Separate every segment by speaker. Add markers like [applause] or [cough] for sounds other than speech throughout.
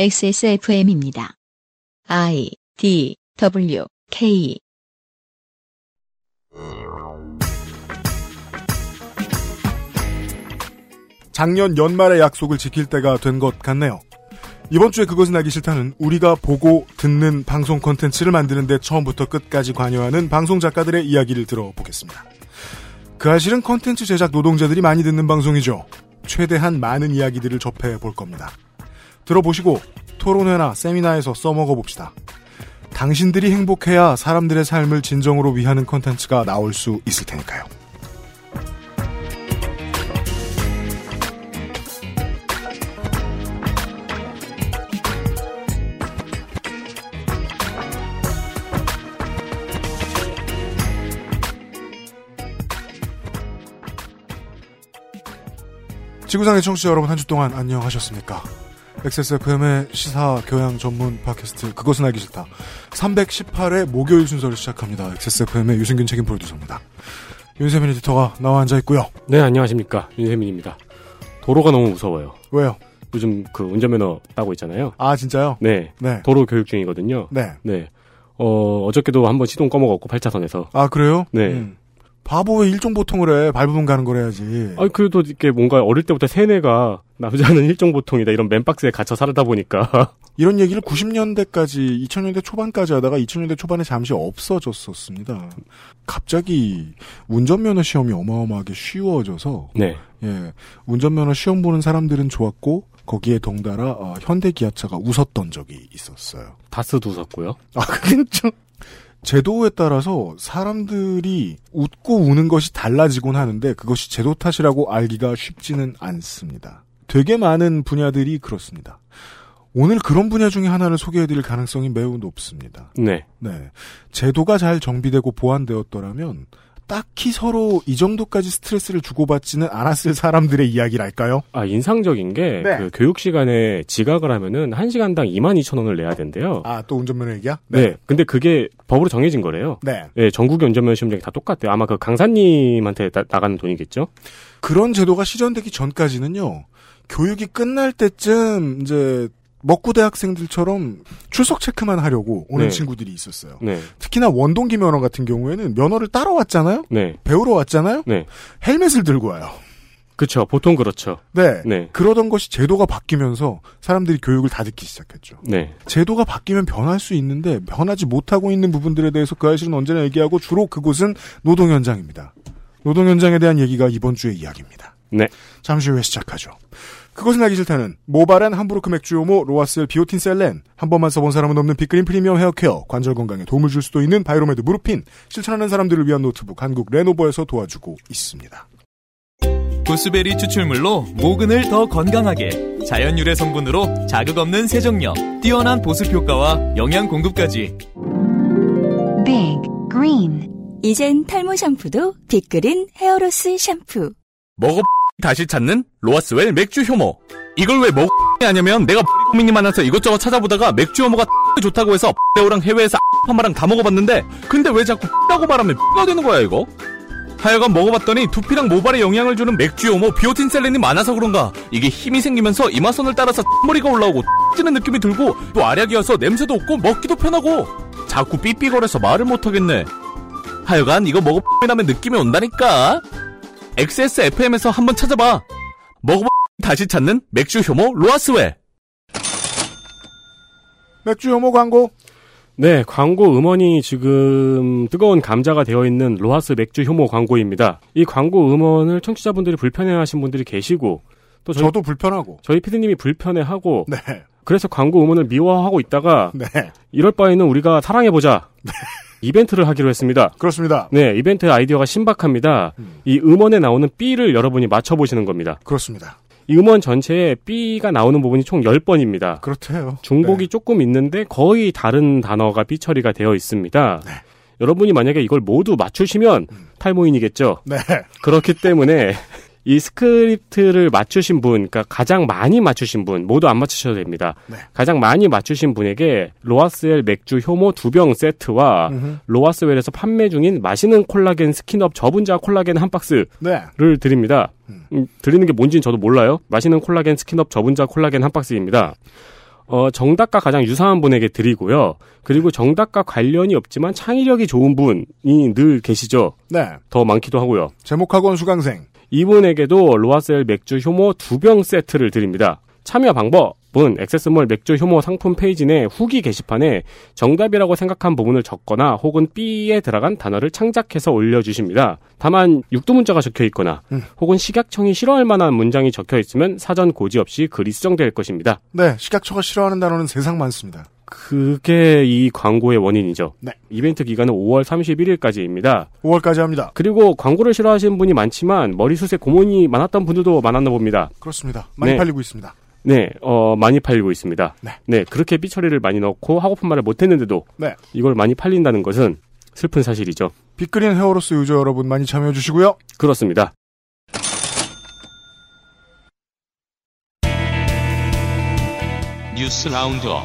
Speaker 1: XSFM입니다. I D W K
Speaker 2: 작년 연말의 약속을 지킬 때가 된 것 같네요. 이번 주에 그것은 알기 싫다는 우리가 보고 듣는 방송 콘텐츠를 만드는데 처음부터 끝까지 관여하는 방송 작가들의 이야기를 들어보겠습니다. 그 사실은 콘텐츠 제작 노동자들이 많이 듣는 방송이죠. 최대한 많은 이야기들을 접해 볼 겁니다. 들어보시고 토론회나 세미나에서 써먹어 봅시다. 당신들이 행복해야 사람들의 삶을 진정으로 위하는 콘텐츠가 나올 수 있을 테니까요. 지구상의 청취자 여러분 한 주 동안 안녕하셨습니까? XSFM의 시사 교양 전문 팟캐스트 그것은 알기 싫다 318회 목요일 순서를 시작합니다. XSFM의 유승균 책임 프로듀서입니다. 윤세민 에디터가 나와 앉아 있고요.
Speaker 3: 네, 안녕하십니까. 윤세민입니다. 도로가 너무 무서워요.
Speaker 2: 왜요?
Speaker 3: 요즘 그 운전면허 따고 있잖아요.
Speaker 2: 아 진짜요?
Speaker 3: 네.
Speaker 2: 네,
Speaker 3: 도로 교육 중이거든요.
Speaker 2: 네.
Speaker 3: 네. 어, 어저께도 한번 시동 꺼먹었고, 8차선에서.
Speaker 2: 아 그래요?
Speaker 3: 네.
Speaker 2: 바보 왜 일종 보통을 해? 밟으면 가는 거래야지.
Speaker 3: 아, 그래도 이게 뭔가 어릴 때부터 세뇌가 남자는 일종 보통이다. 이런 맨박스에 갇혀 살다 보니까. [laughs]
Speaker 2: 이런 얘기를 90년대까지, 2000년대 초반까지 하다가 2000년대 초반에 잠시 없어졌었습니다. 갑자기 운전면허 시험이 어마어마하게 쉬워져서
Speaker 3: 네.
Speaker 2: 예, 운전면허 시험 보는 사람들은 좋았고 거기에 덩달아 어, 현대기아차가 웃었던 적이 있었어요.
Speaker 3: 다스도 웃었고요.
Speaker 2: 아, 그건 좀 제도에 따라서 사람들이 웃고 우는 것이 달라지곤 하는데 그것이 제도 탓이라고 알기가 쉽지는 않습니다. 되게 많은 분야들이 그렇습니다. 오늘 그런 분야 중에 하나를 소개해드릴 가능성이 매우 높습니다.
Speaker 3: 네.
Speaker 2: 네. 제도가 잘 정비되고 보완되었더라면 딱히 서로 이 정도까지 스트레스를 주고받지는 않았을 사람들의 이야기랄까요?
Speaker 3: 아, 인상적인 게,
Speaker 2: 네.
Speaker 3: 그 교육 시간에 지각을 하면은, 한시간당 22,000원을 내야 된대요.
Speaker 2: 아, 또 운전면허 얘기야?
Speaker 3: 네. 근데 그게 법으로 정해진 거래요.
Speaker 2: 네.
Speaker 3: 네, 전국의 운전면허 시험장이 다 똑같대요. 아마 그 강사님한테 나, 나가는 돈이겠죠?
Speaker 2: 그런 제도가 실현되기 전까지는요, 교육이 끝날 때쯤, 이제, 먹구 대학생들처럼 출석 체크만 하려고 오는
Speaker 3: 네.
Speaker 2: 친구들이 있었어요.
Speaker 3: 네.
Speaker 2: 특히나 원동기 면허 같은 경우에는 면허를 따러 왔잖아요?
Speaker 3: 네.
Speaker 2: 배우러 왔잖아요?
Speaker 3: 네.
Speaker 2: 헬멧을 들고 와요.
Speaker 3: 그쵸. 보통 그렇죠.
Speaker 2: 네.
Speaker 3: 네.
Speaker 2: 그러던 것이 제도가 바뀌면서 사람들이 교육을 다 듣기 시작했죠.
Speaker 3: 네.
Speaker 2: 제도가 바뀌면 변할 수 있는데 변하지 못하고 있는 부분들에 대해서 그 사실은 언제나 얘기하고 주로 그곳은 노동 현장입니다. 노동 현장에 대한 얘기가 이번 주의 이야기입니다.
Speaker 3: 네.
Speaker 2: 잠시 후에 시작하죠. 그것은 알기 싫다는 모바렌 함부르크 맥주요모 로아셀 비오틴 셀렌 한 번만 써본 사람은 없는 빅그린 프리미엄 헤어케어 관절 건강에 도움을 줄 수도 있는 바이로메드 무릎핀 실천하는 사람들을 위한 노트북 한국 레노버에서 도와주고 있습니다.
Speaker 4: 보스베리 추출물로 모근을 더 건강하게 자연 유래 성분으로 자극 없는 세정력 뛰어난 보습 효과와 영양 공급까지
Speaker 5: Big Green
Speaker 6: 이젠 탈모 샴푸도 빅그린 헤어로스 샴푸.
Speaker 7: 먹어 다시 찾는 로아스웰 맥주 효모 이걸 왜 먹어 하냐면 내가 고민이 많아서 이것저것 찾아보다가 맥주 효모가 좋다고 해서 대우랑 해외에서 파마랑 다 먹어봤는데 근데 왜 자꾸 라고 말하면 가 되는 거야 이거 하여간 먹어봤더니 두피랑 모발에 영향을 주는 맥주 효모 비오틴 셀린이 많아서 그런가 이게 힘이 생기면서 이마선을 따라서 머리가 올라오고 찌는 느낌이 들고 또 알약이어서 냄새도 없고 먹기도 편하고 자꾸 삐삐거려서 말을 못하겠네 하여간 이거 먹어 나면 느낌이 온다니까 XSFM에서 한번 찾아봐. 먹어봐 [laughs] 다시 찾는 맥주 효모 로아스웰.
Speaker 2: 맥주 요모 광고
Speaker 3: 네, 광고 음원이 지금 뜨거운 감자가 되어 있는 로하스 맥주 효모 광고입니다. 이 광고 음원을 청취자분들이 불편해하신 분들이 계시고 또 저희,
Speaker 2: 저도 불편하고
Speaker 3: 저희 피디님이 불편해하고
Speaker 2: 네
Speaker 3: 그래서 광고 음원을 미워하고 있다가
Speaker 2: 네.
Speaker 3: 이럴 바에는 우리가 사랑해보자 [laughs] 이벤트를 하기로 했습니다.
Speaker 2: 그렇습니다.
Speaker 3: 네, 이벤트 아이디어가 신박합니다. 이 음원에 나오는 B를 여러분이 맞춰보시는 겁니다.
Speaker 2: 그렇습니다.
Speaker 3: 이 음원 전체에 B가 나오는 부분이 총 10번입니다.
Speaker 2: 그렇대요. 네.
Speaker 3: 중복이 조금 있는데 거의 다른 단어가 삐처리가 되어 있습니다.
Speaker 2: 네.
Speaker 3: 여러분이 만약에 이걸 모두 맞추시면
Speaker 2: 음.
Speaker 3: 탈모인이겠죠.
Speaker 2: 네. 네.
Speaker 3: 그렇기 때문에 [laughs] 이 스크립트를 맞추신 분, 그러니까 가장 많이 맞추신 분, 모두 안 맞추셔도 됩니다.
Speaker 2: 네.
Speaker 3: 가장 많이 맞추신 분에게 로아스웰 맥주 효모 두 병 세트와
Speaker 2: 음흠.
Speaker 3: 로아스웰에서 판매 중인 맛있는 콜라겐 스킨업 저분자 콜라겐 한 박스
Speaker 2: 네.
Speaker 3: 를 드립니다. 음, 드리는 게 뭔지는 저도 몰라요. 맛있는 콜라겐 스킨업 저분자 콜라겐 한 박스입니다. 어, 정답과 가장 유사한 분에게 드리고요. 그리고 정답과 관련이 없지만 창의력이 좋은 분이 늘 계시죠.
Speaker 2: 네.
Speaker 3: 더 많기도 하고요.
Speaker 2: 제목학원 수강생.
Speaker 3: 이분에게도 로아셀 맥주 효모 두 병 세트를 드립니다. 참여 방법은 액세스몰 맥주 효모 상품 페이지 내 후기 게시판에 정답이라고 생각한 부분을 적거나 혹은 B에 들어간 단어를 창작해서 올려주십니다. 다만 육두 문자가 적혀 있거나 혹은 식약청이 싫어할 만한 문장이 적혀 있으면 사전 고지 없이 글이 수정될 것입니다.
Speaker 2: 네. 식약처가 싫어하는 단어는 세상 많습니다.
Speaker 3: 그게 이 광고의 원인이죠.
Speaker 2: 네.
Speaker 3: 이벤트 기간은 5월 31일까지입니다.
Speaker 2: 5월까지 합니다.
Speaker 3: 그리고 광고를 싫어하시는 분이 많지만 머리숱에 고문이 많았던 분들도 많았나 봅니다.
Speaker 2: 그렇습니다. 많이
Speaker 3: 네.
Speaker 2: 팔리고 있습니다.
Speaker 3: 네, 어, 많이 팔리고 있습니다.
Speaker 2: 네.
Speaker 3: 그렇게 삐처리를 많이 넣고 하고픈 말을 못했는데도
Speaker 2: 네.
Speaker 3: 이걸 많이 팔린다는 것은 슬픈 사실이죠.
Speaker 2: 빅그린 헤어로스 유저 여러분 많이 참여해 주시고요.
Speaker 3: 그렇습니다.
Speaker 8: 뉴스 라운드업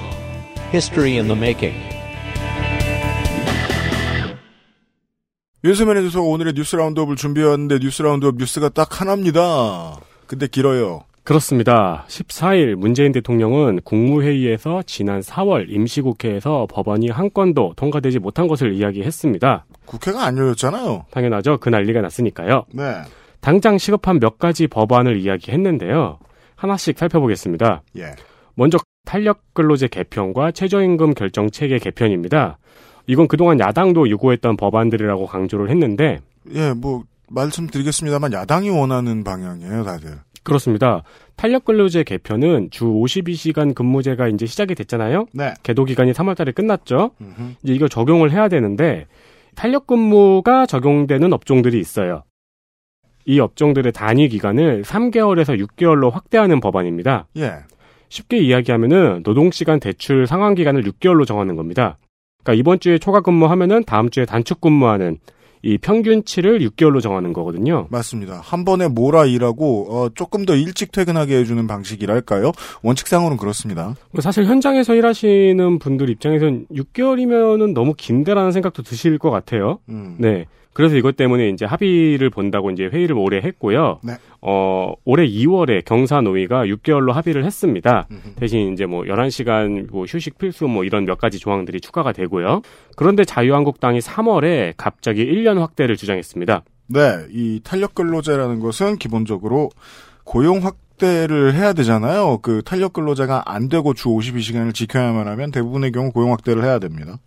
Speaker 8: History in the making
Speaker 2: 윤세민 해주서 오늘의 뉴스 라운드업을 준비했는데 뉴스 라운드업 뉴스가 딱 하나입니다. 근데 길어요.
Speaker 3: 그렇습니다. 14일 문재인 대통령은 국무회의에서 지난 4월 임시국회에서 법안이 한 건도 통과되지 못한 것을 이야기했습니다.
Speaker 2: 국회가 안 열렸잖아요.
Speaker 3: 당연하죠. 그 난리가 났으니까요.
Speaker 2: 네.
Speaker 3: 당장 시급한 몇 가지 법안을 이야기했는데요. 하나씩 살펴보겠습니다.
Speaker 2: 예.
Speaker 3: 먼저 탄력근로제 개편과 최저임금 결정 체계 개편입니다. 이건 그동안 야당도 요구했던 법안들이라고 강조를 했는데
Speaker 2: 예, 뭐, 말씀드리겠습니다만 야당이 원하는 방향이에요, 다들.
Speaker 3: 그렇습니다. 탄력근로제 개편은 주 52시간 근무제가 이제 시작이 됐잖아요.
Speaker 2: 네.
Speaker 3: 계도 기간이 3월달에 끝났죠.
Speaker 2: 음흠.
Speaker 3: 이제 이걸 적용을 해야 되는데 탄력근무가 적용되는 업종들이 있어요. 이 업종들의 단위 기간을 3개월에서 6개월로 확대하는 법안입니다.
Speaker 2: 예.
Speaker 3: 쉽게 이야기하면은 노동시간 대출 상환 기간을 6개월로 정하는 겁니다. 그러니까 이번 주에 초과 근무하면은 다음 주에 단축 근무하는 이 평균치를 6개월로 정하는 거거든요.
Speaker 2: 맞습니다. 한 번에 몰아 일하고, 어, 조금 더 일찍 퇴근하게 해주는 방식이랄까요? 원칙상으로는 그렇습니다.
Speaker 3: 그러니까 사실 현장에서 일하시는 분들 입장에선 6개월이면은 너무 긴데라는 생각도 드실 것 같아요.
Speaker 2: 음.
Speaker 3: 네. 그래서 이것 때문에 이제 합의를 본다고 이제 회의를 오래 했고요.
Speaker 2: 네.
Speaker 3: 어, 올해 2월에 경사노위가 6개월로 합의를 했습니다.
Speaker 2: 음흠.
Speaker 3: 대신 이제 뭐 11시간 뭐 휴식 필수 뭐 이런 몇 가지 조항들이 추가가 되고요. 그런데 자유한국당이 3월에 갑자기 1년 확대를 주장했습니다.
Speaker 2: 네, 이 탄력 근로제라는 것은 기본적으로 고용 확대를 해야 되잖아요. 그 탄력 근로자가 안 되고 주 52시간을 지켜야만 하면 대부분의 경우 고용 확대를 해야 됩니다.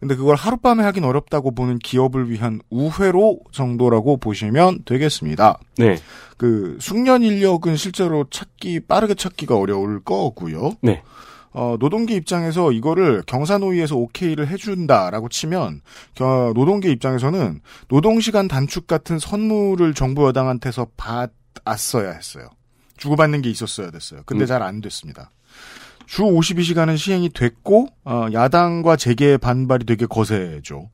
Speaker 2: 근데 그걸 하룻밤에 하긴 어렵다고 보는 기업을 위한 우회로 정도라고 보시면 되겠습니다.
Speaker 3: 네.
Speaker 2: 그 숙련 인력은 실제로 찾기 빠르게 찾기가 어려울 거고요.
Speaker 3: 네.
Speaker 2: 어, 노동계 입장에서 이거를 경사노위에서 오케이를 해준다라고 치면 겨- 노동계 입장에서는 노동시간 단축 같은 선물을 정부 여당한테서 받았어야 했어요. 주고받는 게 있었어야 됐어요. 근데
Speaker 3: 음.
Speaker 2: 잘 안 됐습니다. 주 52시간은 시행이 됐고 어, 야당과 재계의 반발이 되게 거세죠.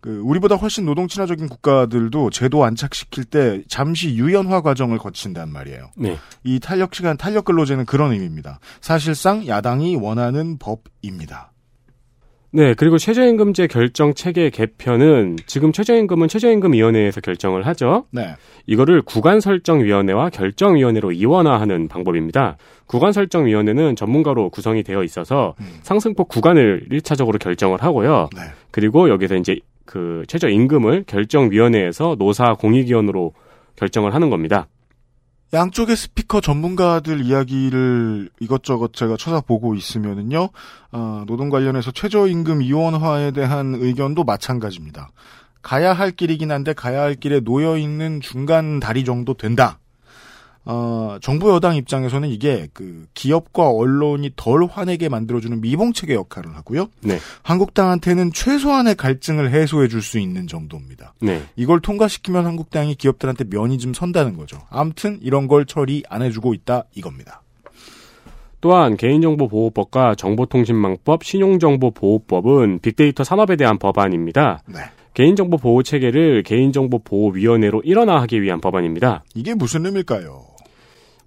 Speaker 2: 그 우리보다 훨씬 노동 친화적인 국가들도 제도 안착시킬 때 잠시 유연화 과정을 거친단 말이에요.
Speaker 3: 네.
Speaker 2: 이 탄력 시간 탄력 근로제는 그런 의미입니다. 사실상 야당이 원하는 법입니다.
Speaker 3: 네. 그리고 최저임금제 결정 체계 개편은 지금 최저임금은 최저임금위원회에서 결정을 하죠.
Speaker 2: 네.
Speaker 3: 이거를 구간 설정 위원회와 결정 위원회로 이원화하는 방법입니다. 구간 설정 위원회는 전문가로 구성이 되어 있어서
Speaker 2: 음.
Speaker 3: 상승폭 구간을 1차적으로 결정을 하고요.
Speaker 2: 네.
Speaker 3: 그리고 여기서 이제 그 최저 임금을 결정 위원회에서 노사 공익위원으로 결정을 하는 겁니다.
Speaker 2: 양쪽의 스피커 전문가들 이야기를 이것저것 제가 찾아보고 있으면은요, 아, 노동 관련해서 최저임금 이원화에 대한 의견도 마찬가지입니다. 가야 할 길이긴 한데 가야 할 길에 놓여 있는 중간 다리 정도 된다. 어, 정부 여당 입장에서는 이게 그 기업과 언론이 덜 화내게 만들어주는 미봉책의 역할을 하고요.
Speaker 3: 네.
Speaker 2: 한국당한테는 최소한의 갈증을 해소해 줄 수 있는 정도입니다.
Speaker 3: 네.
Speaker 2: 이걸 통과시키면 한국당이 기업들한테 면이 좀 선다는 거죠. 암튼 이런 걸 처리 안 해주고 있다 이겁니다.
Speaker 3: 또한 개인정보보호법과 정보통신망법, 신용정보보호법은 빅데이터 산업에 대한 법안입니다.
Speaker 2: 네.
Speaker 3: 개인정보 보호 체계를 개인정보 보호 위원회로 일원화하기 위한 법안입니다.
Speaker 2: 이게 무슨 의미일까요?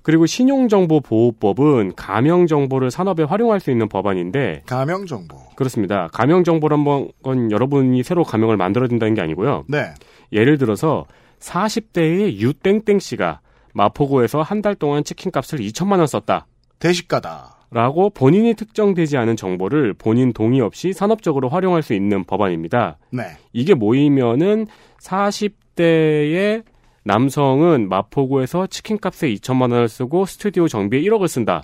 Speaker 3: 그리고 신용정보보호법은 가명정보를 산업에 활용할 수 있는 법안인데
Speaker 2: 가명 정보.
Speaker 3: 그렇습니다. 가명정보란 건 여러분이 새로 가명을 만들어야 된다는 게 아니고요.
Speaker 2: 네.
Speaker 3: 예를 들어서 40대의 유땡땡 씨가 마포구에서 한 달 동안 치킨값을 2천만 원 썼다.
Speaker 2: 대식가다.
Speaker 3: 라고 본인이 특정되지 않은 정보를 본인 동의 없이 산업적으로 활용할 수 있는 법안입니다.
Speaker 2: 네.
Speaker 3: 이게 모이면은 40대의 남성은 마포구에서 치킨값에 2천만 원을 쓰고 스튜디오 정비에 1억을 쓴다.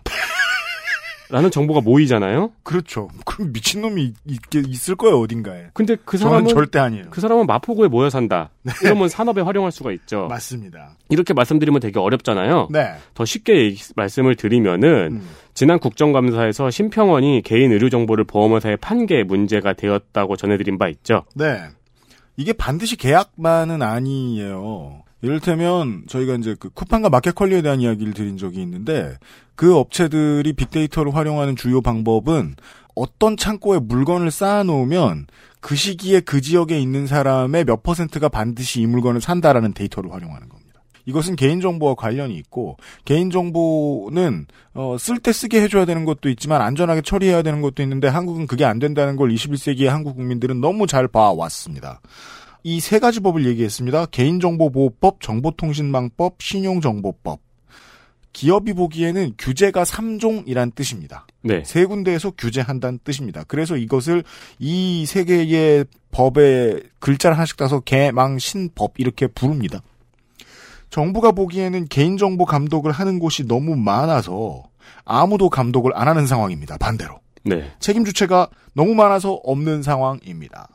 Speaker 3: 라는 정보가 모이잖아요.
Speaker 2: 그렇죠. [laughs] 그럼 미친놈이 있게 있을 거예요, 어딘가에.
Speaker 3: 근데 그
Speaker 2: 저는
Speaker 3: 사람은
Speaker 2: 절대 아니에요.
Speaker 3: 그 사람은 마포구에 모여 산다. 이러면 산업에 활용할 수가 있죠.
Speaker 2: 맞습니다.
Speaker 3: 이렇게 말씀드리면 되게 어렵잖아요.
Speaker 2: 네.
Speaker 3: 더 쉽게 얘기- 말씀을 드리면은
Speaker 2: 음.
Speaker 3: 지난 국정감사에서 심평원이 개인 의료 정보를 보험회사에 판 게 문제가 되었다고 전해드린 바 있죠.
Speaker 2: 네. 이게 반드시 계약만은 아니에요. 이를테면 저희가 이제 그 쿠팡과 마켓컬리에 대한 이야기를 드린 적이 있는데 그 업체들이 빅데이터를 활용하는 주요 방법은 어떤 창고에 물건을 쌓아놓으면 그 시기에 그 지역에 있는 사람의 몇 퍼센트가 반드시 이 물건을 산다라는 데이터를 활용하는 겁니다. 이것은 개인정보와 관련이 있고 개인정보는 어, 쓸 때 쓰게 해줘야 되는 것도 있지만 안전하게 처리해야 되는 것도 있는데 한국은 그게 안 된다는 걸 21세기의 한국 국민들은 너무 잘 봐왔습니다. 이 세 가지 법을 얘기했습니다. 개인정보보호법, 정보통신망법, 신용정보법. 기업이 보기에는 규제가 3종이란 뜻입니다.
Speaker 3: 네.
Speaker 2: 세 군데에서 규제한다는 뜻입니다. 그래서 이것을 이 세 개의 법에 글자를 하나씩 따서 개망신법 이렇게 부릅니다. 정부가 보기에는 개인정보 감독을 하는 곳이 너무 많아서 아무도 감독을 안 하는 상황입니다. 반대로.
Speaker 3: 네.
Speaker 2: 책임 주체가 너무 많아서 없는 상황입니다.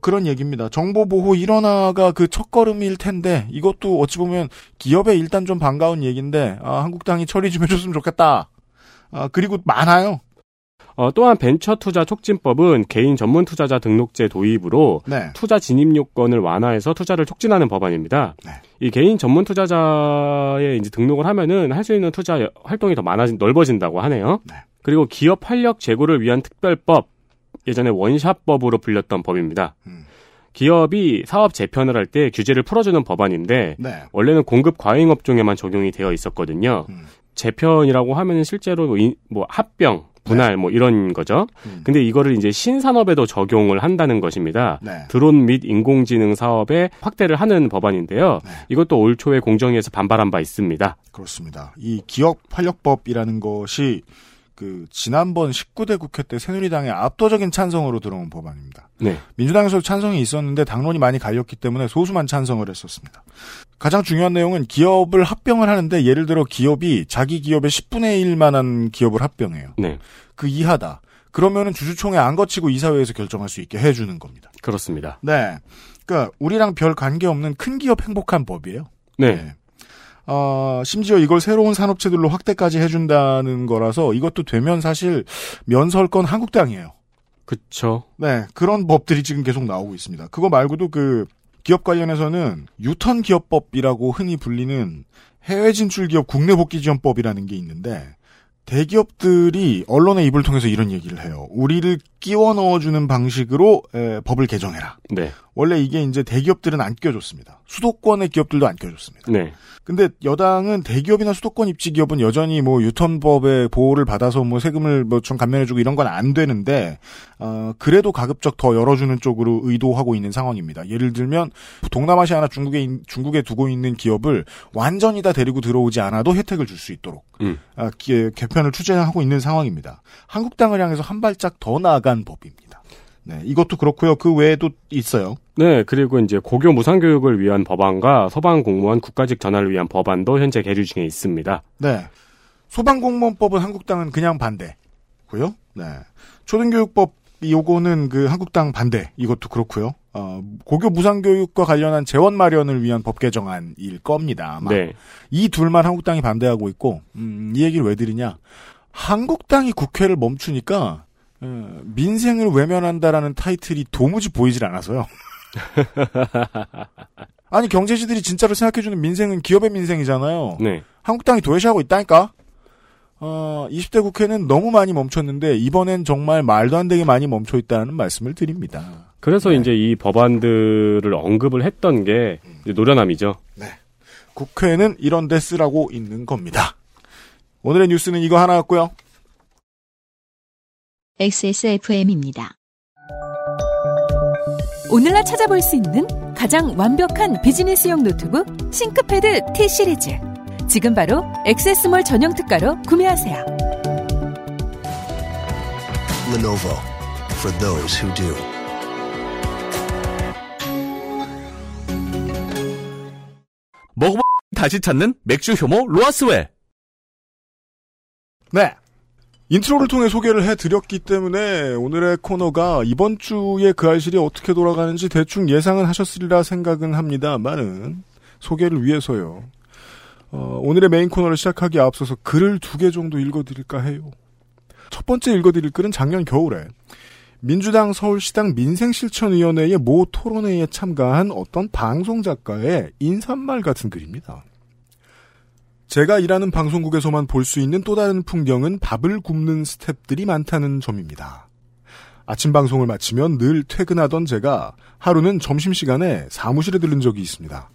Speaker 2: 그런 얘기입니다. 정보보호 일원화가 그 첫걸음일 텐데 이것도 어찌 보면 기업에 일단 좀 반가운 얘기인데 아, 한국당이 처리 좀 해줬으면 좋겠다. 아, 그리고 많아요.
Speaker 3: 어, 또한 벤처 투자 촉진법은 개인 전문 투자자 등록제 도입으로
Speaker 2: 네.
Speaker 3: 투자 진입 요건을 완화해서 투자를 촉진하는 법안입니다.
Speaker 2: 네.
Speaker 3: 이 개인 전문 투자자의 이제 등록을 하면은 할 수 있는 투자 여- 활동이 더 많아진 넓어진다고 하네요.
Speaker 2: 네.
Speaker 3: 그리고 기업 활력 제고를 위한 특별법 예전에 원샷법으로 불렸던 법입니다.
Speaker 2: 음.
Speaker 3: 기업이 사업 재편을 할 때 규제를 풀어주는 법안인데
Speaker 2: 네.
Speaker 3: 원래는 공급 과잉 업종에만 적용이 되어 있었거든요.
Speaker 2: 음.
Speaker 3: 재편이라고 하면 실제로 뭐, 인- 뭐 합병, 분할 뭐 이런 거죠.
Speaker 2: 네. 음.
Speaker 3: 근데 이거를 이제 신산업에도 적용을 한다는 것입니다.
Speaker 2: 네.
Speaker 3: 드론 및 인공지능 사업에 확대를 하는 법안인데요.
Speaker 2: 네.
Speaker 3: 이것도 올 초에 공정위에서 반발한 바 있습니다.
Speaker 2: 그렇습니다. 이 기업 활력법이라는 것이 그 지난번 19대 국회 때 새누리당의 압도적인 찬성으로 들어온 법안입니다.
Speaker 3: 네.
Speaker 2: 민주당에서도 찬성이 있었는데 당론이 많이 갈렸기 때문에 소수만 찬성을 했었습니다. 가장 중요한 내용은 기업을 합병을 하는데 예를 들어 기업이 자기 기업의 10분의 1만한 기업을 합병해요.
Speaker 3: 네.
Speaker 2: 그 이하다. 그러면은 주주총회 안 거치고 이사회에서 결정할 수 있게 해주는 겁니다.
Speaker 3: 그렇습니다.
Speaker 2: 네. 그러니까 우리랑 별 관계 없는 큰 기업 행복한 법이에요.
Speaker 3: 네.
Speaker 2: 네. 어, 심지어 이걸 새로운 산업체들로 확대까지 해준다는 거라서 이것도 되면 사실 면설권 한국당이에요.
Speaker 3: 그쵸.
Speaker 2: 네. 그런 법들이 지금 계속 나오고 있습니다. 그거 말고도 그 기업 관련해서는 유턴 기업법이라고 흔히 불리는 해외 진출 기업 국내 복귀 지원법이라는 게 있는데 대기업들이 언론의 입을 통해서 이런 얘기를 해요. 우리를 끼워 넣어주는 방식으로 에, 법을 개정해라.
Speaker 3: 네.
Speaker 2: 원래 이게 이제 대기업들은 안 끼워줬습니다. 수도권의 기업들도 안 끼워줬습니다.
Speaker 3: 네.
Speaker 2: 근데 여당은 대기업이나 수도권 입지 기업은 여전히 뭐 유턴법의 보호를 받아서 뭐 세금을 뭐 좀 감면해주고 이런 건 안 되는데 어 그래도 가급적 더 열어주는 쪽으로 의도하고 있는 상황입니다. 예를 들면 동남아시아나 중국에 인- 중국에 두고 있는 기업을 완전히 다 데리고 들어오지 않아도 혜택을 줄 수 있도록
Speaker 3: 음.
Speaker 2: 아, 기- 개편을 추진하고 있는 상황입니다. 한국당을 향해서 한 발짝 더 나아간 법입니다. 네, 이것도 그렇고요. 그 외에도 있어요.
Speaker 3: 네, 그리고 이제 고교 무상교육을 위한 법안과 소방 공무원 국가직 전환을 위한 법안도 현재 계류 중에 있습니다.
Speaker 2: 네. 소방공무원법은 한국당은 그냥 반대고요. 네. 초등교육법 요거는 그 한국당 반대 이것도 그렇고요. 어, 고교 무상교육과 관련한 재원 마련을 위한 법 개정안일 겁니다. 아마
Speaker 3: 네.
Speaker 2: 이 둘만 한국당이 반대하고 있고 음, 이 얘기를 왜 드리냐? 한국당이 국회를 멈추니까 어, 민생을 외면한다라는 타이틀이 도무지 보이질 않아서요. 아니 경제지들이 진짜로 생각해주는 민생은 기업의 민생이잖아요.
Speaker 3: 네.
Speaker 2: 한국당이 도외시하고 있다니까. 어, 20대 국회는 너무 많이 멈췄는데 이번엔 정말 말도 안 되게 많이 멈춰 있다는 말씀을 드립니다.
Speaker 3: 그래서 이제 이 법안들을 언급을 했던 게 이제 노련함이죠.
Speaker 2: 국회는 이런 데 쓰라고 있는 겁니다. 오늘의 뉴스는 이거 하나였고요.
Speaker 1: XSFM입니다.
Speaker 6: 오늘날 찾아볼 수 있는 가장 완벽한 비즈니스용 노트북 싱크패드 T 시리즈. 지금 바로 액세스몰 전용 특가로 구매하세요.
Speaker 9: Lenovo for those who do.
Speaker 7: 먹어본 [laughs] 다시 찾는 맥주 효모 로아스웰.
Speaker 2: 네. 인트로를 통해 소개를 해드렸기 때문에 오늘의 코너가 이번 주에 그 알실이 어떻게 돌아가는지 대충 예상은 하셨으리라 생각은 합니다만은 소개를 위해서요. 어, 오늘의 메인 코너를 시작하기 앞서서 글을 두 개 정도 읽어드릴까 해요. 첫 번째 읽어드릴 글은 작년 겨울에 민주당 서울시당 민생실천위원회의 모 토론회에 참가한 어떤 방송작가의 인사말 같은 글입니다. 제가 일하는 방송국에서만 볼 수 있는 또 다른 풍경은 밥을 굽는 스탭들이 많다는 점입니다. 아침 방송을 마치면 늘 퇴근하던 제가 하루는 점심시간에 사무실에 들른 적이 있습니다.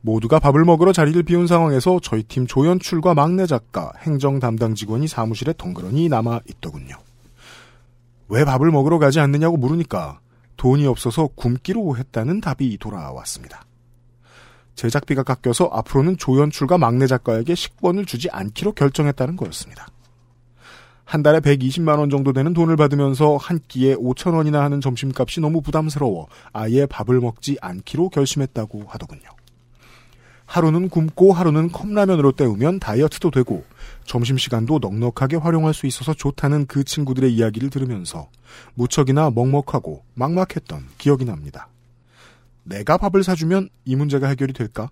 Speaker 2: 모두가 밥을 먹으러 자리를 비운 상황에서 저희 팀 조연출과 막내 작가, 행정 담당 직원이 사무실에 덩그러니 남아 있더군요. 왜 밥을 먹으러 가지 않느냐고 물으니까 돈이 없어서 굶기로 했다는 답이 돌아왔습니다. 제작비가 깎여서 앞으로는 조연출과 막내 작가에게 식권을 주지 않기로 결정했다는 거였습니다. 한 달에 120만 원 정도 되는 돈을 받으면서 한 끼에 5천 원이나 하는 점심값이 너무 부담스러워 아예 밥을 먹지 않기로 결심했다고 하더군요. 하루는 굶고 하루는 컵라면으로 때우면 다이어트도 되고 점심시간도 넉넉하게 활용할 수 있어서 좋다는 그 친구들의 이야기를 들으면서 무척이나 먹먹하고 막막했던 기억이 납니다. 내가 밥을 사주면 이 문제가 해결이 될까?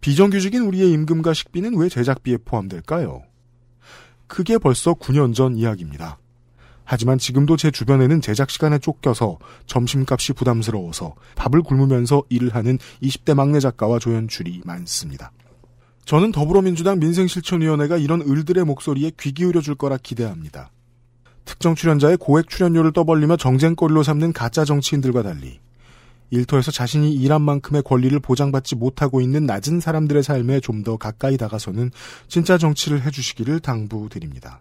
Speaker 2: 비정규직인 우리의 임금과 식비는 왜 제작비에 포함될까요? 그게 벌써 9년 전 이야기입니다. 하지만 지금도 제 주변에는 제작 시간에 쫓겨서 점심값이 부담스러워서 밥을 굶으면서 일을 하는 20대 막내 작가와 조연출이 많습니다. 저는 더불어민주당 민생실천위원회가 이런 을들의 목소리에 귀 기울여 줄 거라 기대합니다. 특정 출연자의 고액 출연료를 떠벌리며 정쟁거리로 삼는 가짜 정치인들과 달리 일터에서 자신이 일한 만큼의 권리를 보장받지 못하고 있는 낮은 사람들의 삶에 좀 더 가까이 다가서는 진짜 정치를 해주시기를 당부드립니다.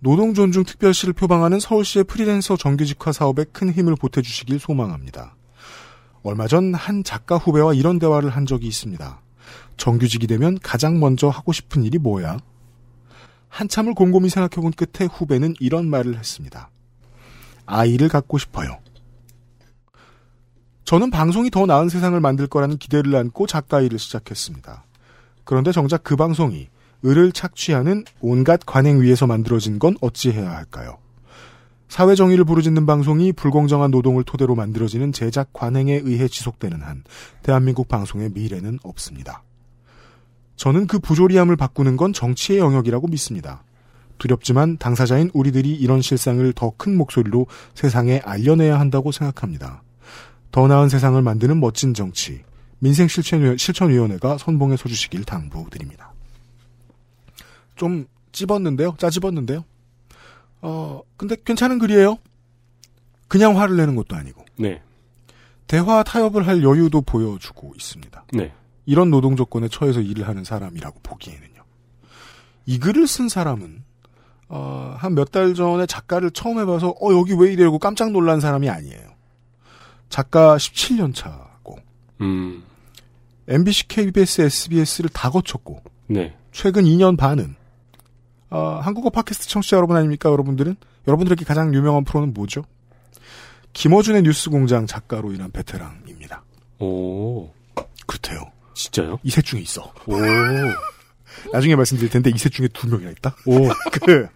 Speaker 2: 노동존중 특별시를 표방하는 서울시의 프리랜서 정규직화 사업에 큰 힘을 보태주시길 소망합니다. 얼마 전 한 작가 후배와 이런 대화를 한 적이 있습니다. 정규직이 되면 가장 먼저 하고 싶은 일이 뭐야? 한참을 곰곰이 생각해본 끝에 후배는 이런 말을 했습니다. 아이를 갖고 싶어요. 저는 방송이 더 나은 세상을 만들 거라는 기대를 안고 작가 일을 시작했습니다. 그런데 정작 그 방송이 을을 착취하는 온갖 관행 위에서 만들어진 건 어찌해야 할까요? 사회 정의를 부르짖는 방송이 불공정한 노동을 토대로 만들어지는 제작 관행에 의해 지속되는 한 대한민국 방송의 미래는 없습니다. 저는 그 부조리함을 바꾸는 건 정치의 영역이라고 믿습니다. 두렵지만 당사자인 우리들이 이런 실상을 더 큰 목소리로 세상에 알려내야 한다고 생각합니다. 더 나은 세상을 만드는 멋진 정치 민생 실천위원- 실천위원회가 선봉에 서주시길 당부드립니다. 좀 찝었는데요, 짜집었는데요. 어 근데 괜찮은 글이에요. 그냥 화를 내는 것도 아니고
Speaker 3: 네.
Speaker 2: 대화 타협을 할 여유도 보여주고 있습니다.
Speaker 3: 네.
Speaker 2: 이런 노동 조건에 처해서 일을 하는 사람이라고 보기에는요. 이 글을 쓴 사람은 어, 한 몇 달 전에 작가를 처음 해봐서 어 여기 왜 이래고 깜짝 놀란 사람이 아니에요. 작가 17년 차고
Speaker 3: 음.
Speaker 2: MBC, KBS, SBS를 다 거쳤고
Speaker 3: 네.
Speaker 2: 최근 2년 반은 아, 한국어 팟캐스트 청취자 여러분 아닙니까 여러분들은 여러분들에게 가장 유명한 프로는 뭐죠? 김어준의 뉴스공장 작가로 일한 베테랑입니다.
Speaker 3: 오.
Speaker 2: 그렇대요.
Speaker 3: 진짜요?
Speaker 2: 이 셋 중에 있어.
Speaker 3: 오.
Speaker 2: [laughs] 나중에 말씀드릴 텐데 이 셋 중에 두 명이나 있다. 오, [laughs] 그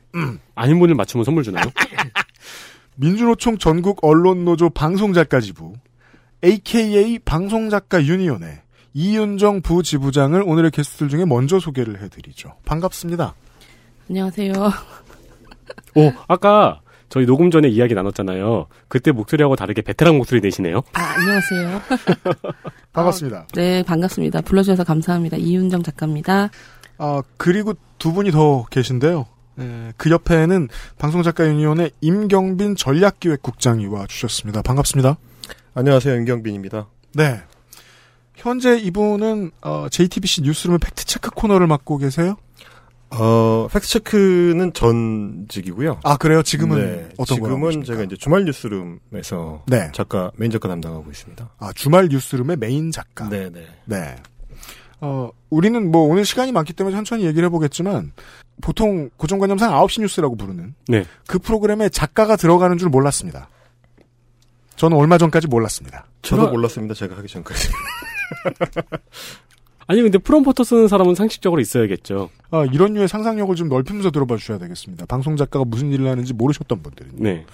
Speaker 3: 아닌 분을 맞추면 선물 주나요?
Speaker 2: 민주노총 전국 언론노조 방송작가지부 AKA 방송작가 유니온의 이윤정 부지부장을 오늘의 게스트들 중에 먼저 소개를 해드리죠. 반갑습니다.
Speaker 3: [laughs]
Speaker 10: 안녕하세요. [laughs]
Speaker 3: 오. 아까 저희 녹음 전에 이야기 나눴잖아요. 그때 목소리하고 다르게 베테랑 목소리 내시네요.
Speaker 10: 아, 안녕하세요.
Speaker 2: 반갑습니다.
Speaker 10: 네, 반갑습니다. 불러주셔서 감사합니다. 이윤정 작가입니다.
Speaker 2: 아 그리고 두 분이 더 계신데요. 예, 그 옆에는 방송작가 유니온의 임경빈 전략기획국장이 와 주셨습니다. 반갑습니다.
Speaker 11: 안녕하세요, 임경빈입니다.
Speaker 2: 네. 현재 이분은 어, JTBC 뉴스룸의 팩트체크 코너를 맡고 계세요?
Speaker 11: 어, 팩트체크는 전직이고요.
Speaker 2: 아 그래요? 지금은
Speaker 11: 네,
Speaker 2: 어떤 거요?
Speaker 11: 지금은 제가 이제 주말 뉴스룸에서
Speaker 2: 네.
Speaker 11: 작가, 메인 작가 담당하고 있습니다. 네.
Speaker 2: 아, 주말 뉴스룸의 메인 작가.
Speaker 11: 네네.
Speaker 2: 네. 어, 우리는 뭐 오늘 시간이 많기 때문에 천천히 얘기를 해보겠지만 보통 고정관념상 9시 뉴스라고 부르는
Speaker 3: 네.
Speaker 2: 그 프로그램에 작가가 들어가는 줄 몰랐습니다. 저는 얼마 전까지 몰랐습니다.
Speaker 11: 저도
Speaker 3: 그럼-
Speaker 11: 몰랐습니다. 제가 하기 전까지. [laughs]
Speaker 3: 아니 근데 프롬포터 쓰는 사람은 상식적으로 있어야겠죠.
Speaker 2: 아, 이런 류의 상상력을 좀 넓히면서 들어봐 주셔야 되겠습니다. 방송 작가가 무슨 일을 하는지 모르셨던 분들은.
Speaker 3: 네.